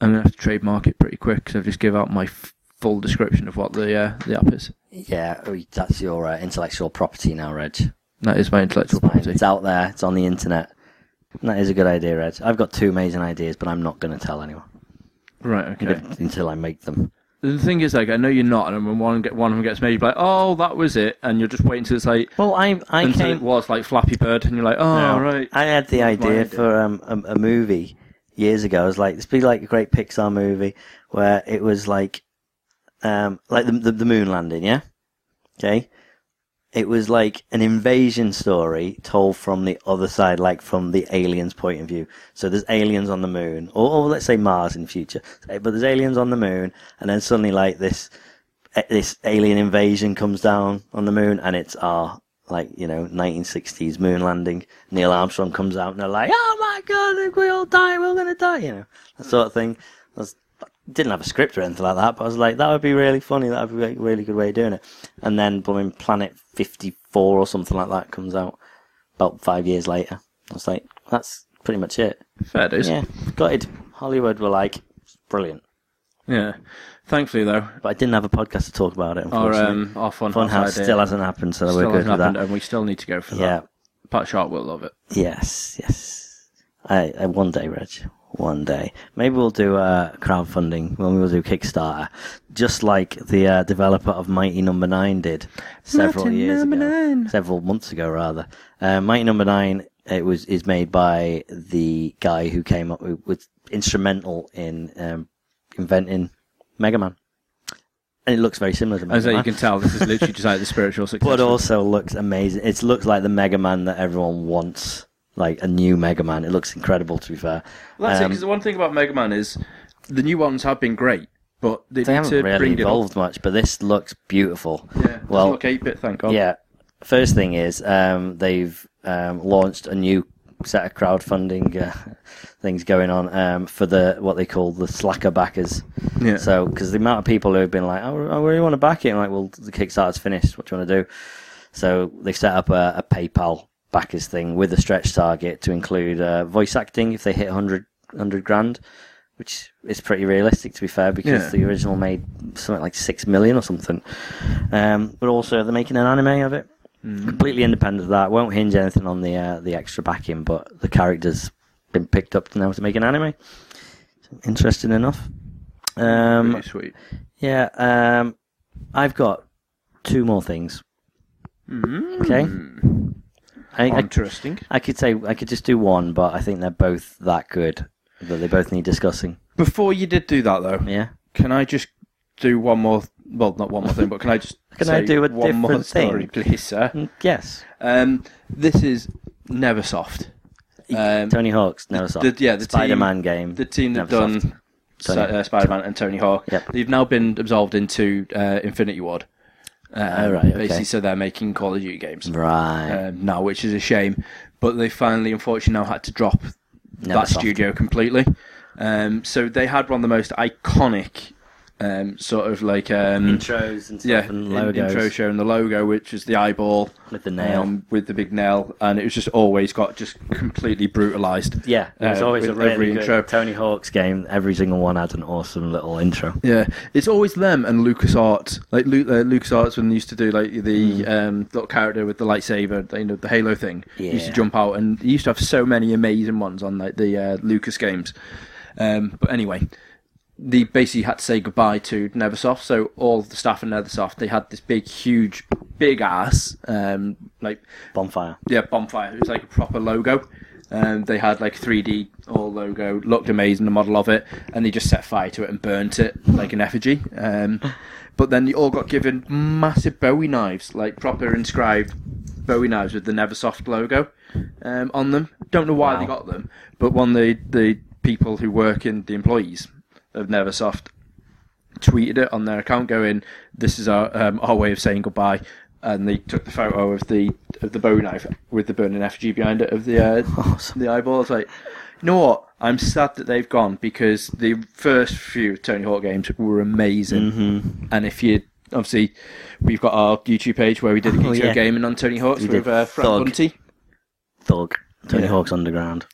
Speaker 1: I'm gonna have to trademark it pretty quick because I've just give out my f- full description of what the uh, the app is.
Speaker 3: Yeah, oh, that's your uh, intellectual property now, Reg.
Speaker 1: That is my intellectual
Speaker 3: Fine.
Speaker 1: property.
Speaker 3: It's out there. It's on the internet. That is a good idea, Red. I've got two amazing ideas, but I'm not going to tell anyone
Speaker 1: Right. Okay.
Speaker 3: *laughs* until I make them.
Speaker 1: The thing is, like, I know you're not, and when one get one of them gets made, you're like, oh, that was it, and you're just waiting till it's like
Speaker 3: Well, I I
Speaker 1: until
Speaker 3: came.
Speaker 1: it was like Flappy Bird, and you're like, oh,
Speaker 3: No,
Speaker 1: right.
Speaker 3: Um, I had the
Speaker 1: That's my
Speaker 3: idea
Speaker 1: idea.
Speaker 3: for um, a, a movie years ago. It was like, this be like a great Pixar movie where it was like, um, like the, the, the moon landing, yeah? Okay. It was like an invasion story told from the other side, like from the aliens' point of view. So there's aliens on the moon, or, or let's say Mars in future. But there's aliens on the moon, and then suddenly, like this, eh, this alien invasion comes down on the moon, and it's our like you know 1960s moon landing. Neil Armstrong comes out, and they're like, "Oh my god, if we all die, we're gonna die," you know, that sort of thing. I was, didn't have a script or anything like that, but I was like, that would be really funny. That would be a really good way of doing it. And then blooming Planet 54 or something like that comes out about five years later. I was like, that's pretty much it.
Speaker 1: Fair dues.
Speaker 3: Yeah, gutted. Hollywood were like, brilliant.
Speaker 1: Yeah. Thankfully, though,
Speaker 3: But I didn't have a podcast to talk about it,
Speaker 1: our
Speaker 3: unfortunately.
Speaker 1: um, our fun
Speaker 3: *laughs* Funhouse still hasn't happened, so we're
Speaker 1: still
Speaker 3: good
Speaker 1: hasn't
Speaker 3: with that.
Speaker 1: happened, and we still need to go for
Speaker 3: Yeah.
Speaker 1: that. Pat Sharp will love it.
Speaker 3: Yes, yes. I, I one day, Reg. One day. Maybe we'll do uh, crowdfunding. Well, we'll do Kickstarter, just like the uh, developer of Mighty Number Nine did several
Speaker 1: Mighty
Speaker 3: years
Speaker 1: Number
Speaker 3: ago,
Speaker 1: Nine.
Speaker 3: several months ago, rather. Uh, Mighty Number Nine. It was is made by the guy who came up with, was instrumental in um, inventing Mega Man, and it looks very similar to Mega
Speaker 1: As
Speaker 3: Man
Speaker 1: you can tell, this
Speaker 3: *laughs*
Speaker 1: is literally just like the spiritual success.
Speaker 3: but also looks amazing. It looks like the Mega Man that everyone wants, like a new Mega Man. It looks incredible, to be fair.
Speaker 1: Well, that's it,
Speaker 3: Um,
Speaker 1: 'cause the one thing about Mega Man is the new ones have been great, but they,
Speaker 3: they
Speaker 1: need to
Speaker 3: haven't really
Speaker 1: bring it up.
Speaker 3: evolved much, but this looks beautiful.
Speaker 1: Yeah,
Speaker 3: Well-
Speaker 1: well, look 8-bit, thank God.
Speaker 3: Yeah. First thing is, um, they've um, launched a new set of crowdfunding uh, *laughs* things going on um, for the what they call the slacker backers.
Speaker 1: Yeah.
Speaker 3: So, because the amount of people who have been like, oh, I really want to back it, and like, well, the Kickstarter's finished. What do you want to do? So they set up a, a PayPal backers thing with a stretch target to include uh, voice acting if they hit 100, 100 grand, which is pretty realistic to be fair because
Speaker 1: Yeah.
Speaker 3: the original made something like six million or something. Um, but also they're making an anime of it, completely independent of that. Won't hinge anything on the uh, the extra backing, but the character's been picked up now to make an anime. Interesting enough. Um,
Speaker 1: Pretty sweet.
Speaker 3: yeah, um, I've got two more things. Okay. I, I,
Speaker 1: Hmm. Interesting.
Speaker 3: I could say I could just do one, but I think they're both that good that they both need discussing.
Speaker 1: Before you did do that, though,
Speaker 3: Yeah.
Speaker 1: can I just do one more? Well, not one more thing, but can I just
Speaker 3: *laughs* Can
Speaker 1: say
Speaker 3: I do a
Speaker 1: one more
Speaker 3: different thing?
Speaker 1: story, please, sir?
Speaker 3: Mm, Yes.
Speaker 1: Um, this is never soft. Um,
Speaker 3: Tony Hawk's no soft.
Speaker 1: the- yeah, the
Speaker 3: Spider-Man
Speaker 1: team-
Speaker 3: game.
Speaker 1: the team that
Speaker 3: Neversoft.
Speaker 1: done
Speaker 3: Tony-
Speaker 1: Sa- uh, Spider-Man and Tony Hawk.
Speaker 3: Yep.
Speaker 1: They've now been absolved into uh, Infinity Ward. Uh,
Speaker 3: Oh, right, okay.
Speaker 1: Basically, so they're making Call of Duty games
Speaker 3: Right.
Speaker 1: um, now, which is a shame. But they finally, unfortunately, now had to drop that
Speaker 3: Neversoft.
Speaker 1: studio completely. Um, so they had one of the most iconic um, sort of like um,
Speaker 3: Intros and stuff
Speaker 1: yeah,
Speaker 3: and
Speaker 1: in-
Speaker 3: logos.
Speaker 1: intro show and the logo, which is the eyeball Um,
Speaker 3: With the nail.
Speaker 1: with the big nail, and it was just always got just completely brutalized.
Speaker 3: yeah, there's
Speaker 1: uh,
Speaker 3: always a
Speaker 1: with
Speaker 3: really
Speaker 1: every
Speaker 3: good
Speaker 1: intro.
Speaker 3: Tony Hawk's game. Every single one had an awesome little intro.
Speaker 1: Yeah, it's always them and Lucas Arts. Like Lu- uh, Lucas Arts when they used to do like the um, little character with the lightsaber, you know, the Halo thing. He used to
Speaker 3: Yeah.
Speaker 1: jump out, and he used to have so many amazing ones on like the uh, Lucas games. Um, but anyway, they basically had to say goodbye to Neversoft. So all of the staff in Neversoft, they had this big, huge, big ass um, like
Speaker 3: Bonfire.
Speaker 1: yeah, bonfire. It was like a proper logo. Um, they had like 3D all logo, looked amazing, the model of it, and they just set fire to it and burnt it like an effigy. Um, but then they all got given massive Bowie knives, like proper inscribed Bowie knives with the Neversoft logo um, on them. Don't know why they
Speaker 3: Wow.
Speaker 1: got them, but one of the, the people who work in the employees of Neversoft tweeted it on their account, going, "This is our um, our way of saying goodbye." And they took the photo of the of the Bowie knife with the burning effigy behind it of the uh,
Speaker 3: *laughs* Awesome.
Speaker 1: the eyeball. It's like, you know what? I'm sad that they've gone because the first few Tony Hawk games were amazing.
Speaker 3: Mm-hmm. Hmm.
Speaker 1: And if you obviously, we've got our YouTube page where we did a
Speaker 3: Oh,
Speaker 1: Geeks
Speaker 3: yeah.
Speaker 1: gaming on Tony Hawk's
Speaker 3: We did
Speaker 1: with uh, Frank
Speaker 3: Thug.
Speaker 1: Bunty.
Speaker 3: Thug. Tony
Speaker 1: Yeah.
Speaker 3: Hawk's Underground.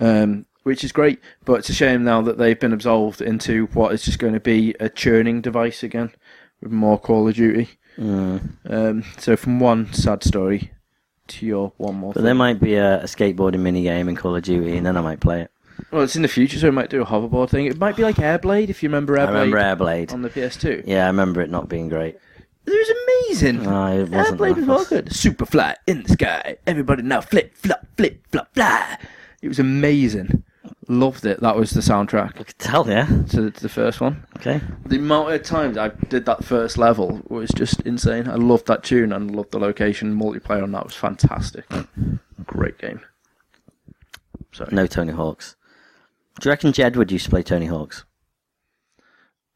Speaker 1: um, which is great. But it's a shame now that they've been absolved into what is just going to be a churning device again Mm. with more Call of Duty. Um, so, from one sad story to your one more.
Speaker 3: But
Speaker 1: thing.
Speaker 3: there might be a, a skateboarding mini game in Call of Duty, and then I might play it.
Speaker 1: Well, it's in the future, so we might do a hoverboard thing. It might be like Airblade, if you remember Airblade
Speaker 3: I remember Airblade.
Speaker 1: on the PS2.
Speaker 3: Yeah, I remember it not being great.
Speaker 1: It was amazing.
Speaker 3: No, it wasn't
Speaker 1: Airblade was
Speaker 3: that
Speaker 1: well
Speaker 3: fast.
Speaker 1: good. Superfly in the sky. Everybody now flip, flop, flip, flop, fly. It was amazing. Loved it. That was the soundtrack
Speaker 3: I could tell, yeah.
Speaker 1: to, to the first one.
Speaker 3: Okay.
Speaker 1: The amount of times I did that first level was just insane. I loved that tune and loved the location. Multiplayer on that was fantastic. Great game. Sorry.
Speaker 3: No Tony Hawks. Do you reckon Jed would used to play Tony Hawks?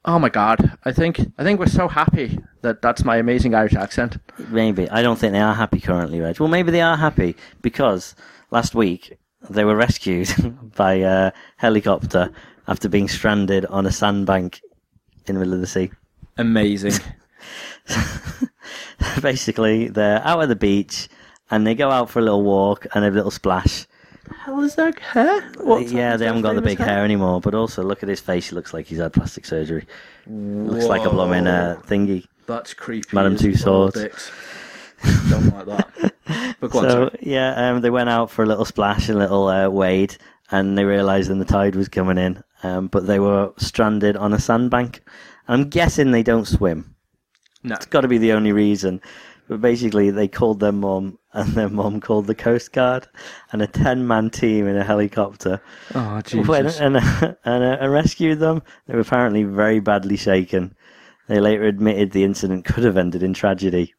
Speaker 1: Oh my god! I think I think we're so happy that that's my amazing Irish accent.
Speaker 3: Maybe. I don't think they are happy currently, Reg. Well, maybe they are happy because last week they were rescued *laughs* by a helicopter after being stranded on a sandbank in the middle of the sea. *laughs*
Speaker 1: Amazing.
Speaker 3: Basically, they're out at the beach and they go out for a little walk and a little splash.
Speaker 1: Hell is that hair? What's happened
Speaker 3: yeah,
Speaker 1: to
Speaker 3: they haven't got the
Speaker 1: famous
Speaker 3: big hair anymore, but also look at his face. He looks like he's had plastic surgery. *laughs* Looks like a
Speaker 1: Whoa.
Speaker 3: blooming uh, thingy.
Speaker 1: That's creepy.
Speaker 3: Madame
Speaker 1: as
Speaker 3: Two
Speaker 1: all
Speaker 3: Swords.
Speaker 1: dicks. Don't like
Speaker 3: *laughs*
Speaker 1: that. But go on,
Speaker 3: So
Speaker 1: sorry.
Speaker 3: yeah, um, they went out for a little splash, a little uh, wade, and they realised then the tide was coming in. Um, but they were stranded on a sandbank. I'm guessing they don't swim.
Speaker 1: No.
Speaker 3: It's got to be the only reason. But basically, they called their mum, and their mum called the coast guard, and a ten-man team in a helicopter *laughs*
Speaker 1: Oh,
Speaker 3: went
Speaker 1: Jesus.
Speaker 3: and, and, uh, rescued them. They were apparently very badly shaken. They later admitted the incident could have ended in tragedy.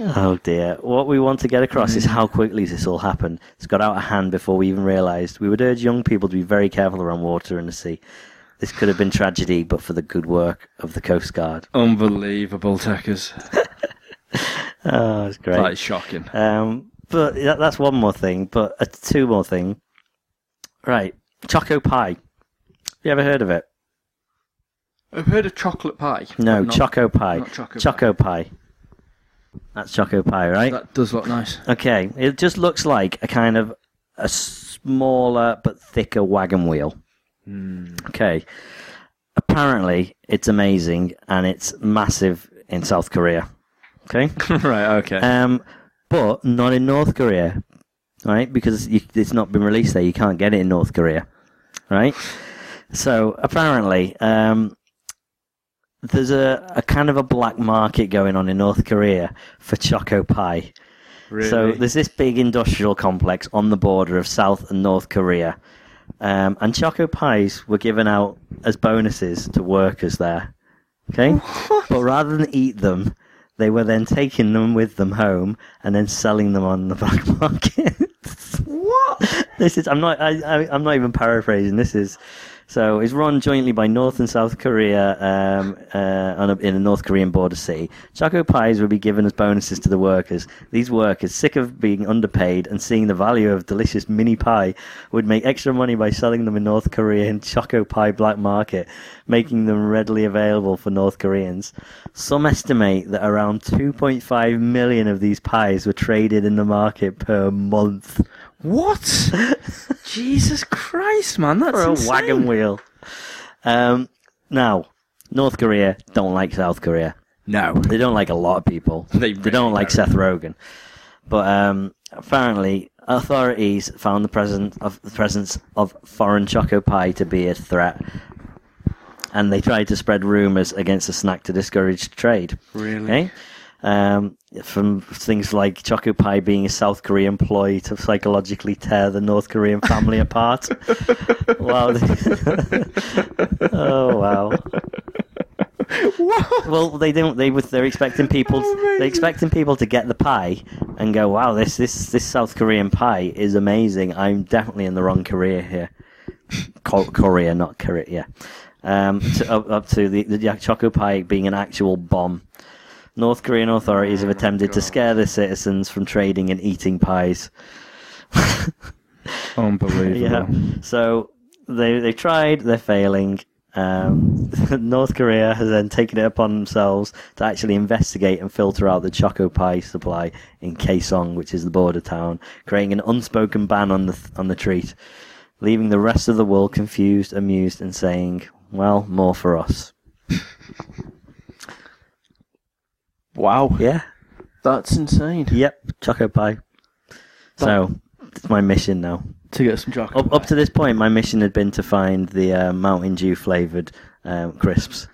Speaker 3: oh dear. What we want to get across is how quickly this all happened. It's got out of hand before we even realised. We would urge young people to be very careful around water and the sea. This could have been tragedy, but for the good work of the Coast Guard.
Speaker 1: Unbelievable, Techers.
Speaker 3: Oh, it's great.
Speaker 1: That is shocking.
Speaker 3: Um, but that, that's one more thing. But uh, two more thing. Right, Choco Pie. You ever heard of it?
Speaker 1: I've heard of chocolate pie.
Speaker 3: No,
Speaker 1: but not-
Speaker 3: Choco Pie.
Speaker 1: not Choco Pie.
Speaker 3: Pie. That's Choco Pie, right?
Speaker 1: That does look nice.
Speaker 3: Okay, it just looks like a kind of a smaller but thicker wagon wheel.
Speaker 1: Hmm.
Speaker 3: Okay. Apparently, it's amazing and it's massive in South Korea. Okay?
Speaker 1: *laughs* right, okay.
Speaker 3: Um, but not in North Korea, right? Because you, it's not been released there. You can't get it in North Korea, right? So apparently, um, there's a, a kind of a black market going on in North Korea for choco pie.
Speaker 1: really?
Speaker 3: So there's this big industrial complex on the border of South and North Korea, um, and choco pies were given out as bonuses to workers there. Okay, but rather than eat them, they were then taking them with them home and then selling them on the *laughs* black market.
Speaker 1: What?
Speaker 3: this is I'm not I, I, I'm not even paraphrasing. This is so it's run jointly by North and South Korea um, uh, on a, in a North Korean border city. Choco pies will be given as bonuses to the workers. These workers, sick of being underpaid and seeing the value of delicious mini pie, would make extra money by selling them in North Korea in choco pie black market, making them readily available for North Koreans. Some estimate that around 2.5 million of these pies were traded in the market per month. *laughs*
Speaker 1: What? Jesus Christ, man. That's
Speaker 3: for a
Speaker 1: insane.
Speaker 3: wagon wheel. Um, now, North Korea don't like South Korea.
Speaker 1: No.
Speaker 3: They don't like a lot of people.
Speaker 1: *laughs* They
Speaker 3: don't
Speaker 1: really
Speaker 3: like
Speaker 1: don't.
Speaker 3: Seth Rogen. But um, apparently, authorities found the presence of the presence of foreign choco pie to be a threat, and they tried to spread rumours against the snack to discourage trade.
Speaker 1: Really?
Speaker 3: Okay? Um, from things like choco pie being a South Korean ploy to psychologically tear the North Korean family *laughs* apart. wow. *laughs* oh wow.
Speaker 1: What?
Speaker 3: Well, they don't. They were. They're expecting people.
Speaker 1: Amazing.
Speaker 3: they're expecting people to get the pie and go, "Wow, this this this South Korean pie is amazing." I'm definitely in the wrong Korea here. *laughs* Co- Korea, not Korea. Um, to, up, up to the, the choco pie being an actual bomb. North Korean authorities have attempted to scare their citizens from trading and eating pies.
Speaker 1: Unbelievable.
Speaker 3: Yeah. So they they tried. They're failing. Um, *laughs* North Korea has then taken it upon themselves to actually investigate and filter out the choco pie supply in Kaesong, which is the border town, creating an unspoken ban on the on the treat, leaving the rest of the world confused, amused, and saying, "Well, more for us."
Speaker 1: Wow.
Speaker 3: Yeah.
Speaker 1: That's insane.
Speaker 3: Yep, Choco Pie. So it's my mission now.
Speaker 1: To get some chocolate.
Speaker 3: Up, up to this point, my mission had been to find the uh, Mountain Dew flavored um, crisps.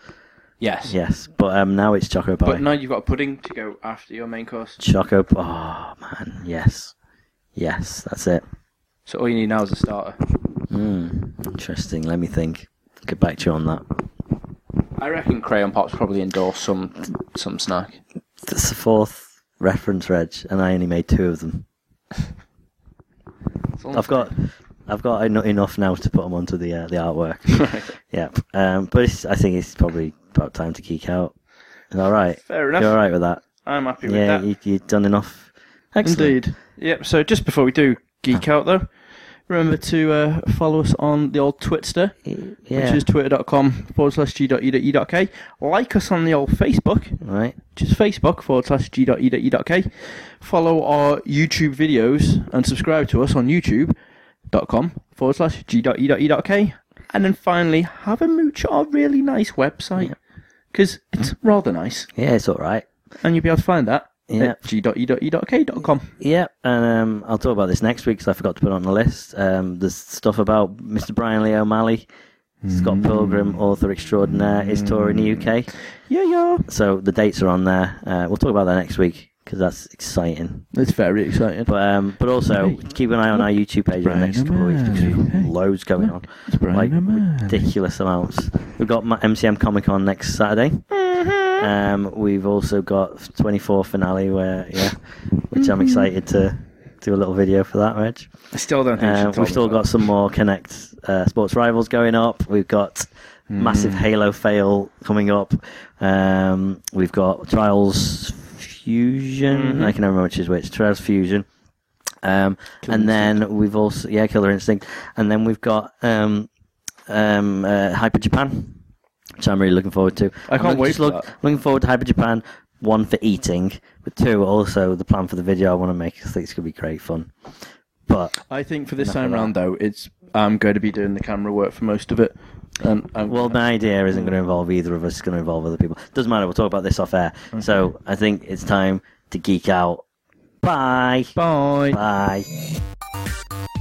Speaker 1: yes.
Speaker 3: Yes, but um, now it's Choco Pie.
Speaker 1: But now you've got a pudding to go after your main course.
Speaker 3: Choco. Oh man, yes, yes, that's it.
Speaker 1: So all you need now is a starter.
Speaker 3: Mm, interesting. Let me think. Get back to you on that.
Speaker 1: I reckon Crayon Pop's probably endorse some some snack.
Speaker 3: That's the fourth reference, Reg, and I only made two of them. I've got, I've got en- enough now to put them onto the uh,
Speaker 1: *laughs*
Speaker 3: the artwork. Yep. Um, but it's, I think it's probably about time to geek out. Is all right.
Speaker 1: Fair enough.
Speaker 3: You're all right with that.
Speaker 1: I'm happy with
Speaker 3: yeah,
Speaker 1: that.
Speaker 3: you, you've done enough. Excellent.
Speaker 1: Indeed. Yep. So just before we do
Speaker 3: Ah.
Speaker 1: geek out though, remember to uh, follow us on the old Twitster,
Speaker 3: Y- Yeah.
Speaker 1: which is twitter.com forward slash e g.e.e.k. Like us on the old Facebook,
Speaker 3: right.
Speaker 1: which is facebook forward slash e g.e.e.k. Follow our YouTube videos and subscribe to us on youtube.com forward slash e g.e.e.k. And then finally, have a mooch at our really nice website because it's rather nice,
Speaker 3: Yeah, it's all right.
Speaker 1: and you'll be able to find that
Speaker 3: Yeah.
Speaker 1: at e g.e.e.k.com.
Speaker 3: Yeah, and um, I'll talk about this next week because I forgot to put it on the list. Um, there's stuff about Mr. Brian Lee O'Malley,
Speaker 1: Mm.
Speaker 3: Scott Pilgrim, author extraordinaire, is touring the UK.
Speaker 1: Yeah, yeah.
Speaker 3: So the dates are on there. Uh, we'll talk about that next week because that's exciting.
Speaker 1: It's very exciting.
Speaker 3: But um, but also
Speaker 1: Hey.
Speaker 3: keep an eye on our YouTube page in the
Speaker 1: Brian
Speaker 3: next couple of weeks because we've got
Speaker 1: O'Malley.
Speaker 3: loads going on,
Speaker 1: It's Brian
Speaker 3: like
Speaker 1: O'Malley.
Speaker 3: ridiculous amounts. We've got Ma- MCM Comic Con next Saturday. Um, we've also got 24 finale where yeah, which
Speaker 1: Mm.
Speaker 3: I'm excited to do a little video for that, Reg.
Speaker 1: I still don't think
Speaker 3: Uh,
Speaker 1: she's
Speaker 3: we've still got some more Connect uh, sports rivals going up. We've got
Speaker 1: Hmm.
Speaker 3: massive Halo fail coming up. Um, we've got Trials Fusion.
Speaker 1: Mm-hmm.
Speaker 3: I can never remember which is which. Trials Fusion. Um, and then we've also yeah Killer Instinct. And then we've got um, um, uh, Hyper Japan, which I'm really looking forward to.
Speaker 1: I
Speaker 3: I'm
Speaker 1: can't
Speaker 3: look-
Speaker 1: wait
Speaker 3: just
Speaker 1: for
Speaker 3: look-
Speaker 1: that.
Speaker 3: Looking forward to Hyper Japan. One for eating, but two also the plan for the video I want to make. I think it's gonna be great fun. But
Speaker 1: I think for this
Speaker 3: Enough
Speaker 1: time
Speaker 3: of that.
Speaker 1: round, though, it's I'm going to be doing the camera work for most of it. And I'm,
Speaker 3: Well, my idea isn't going to involve either of us. It's going to involve other people. Doesn't matter. We'll talk about this off air. So I think it's time to geek out. Bye.
Speaker 1: bye.
Speaker 3: Bye.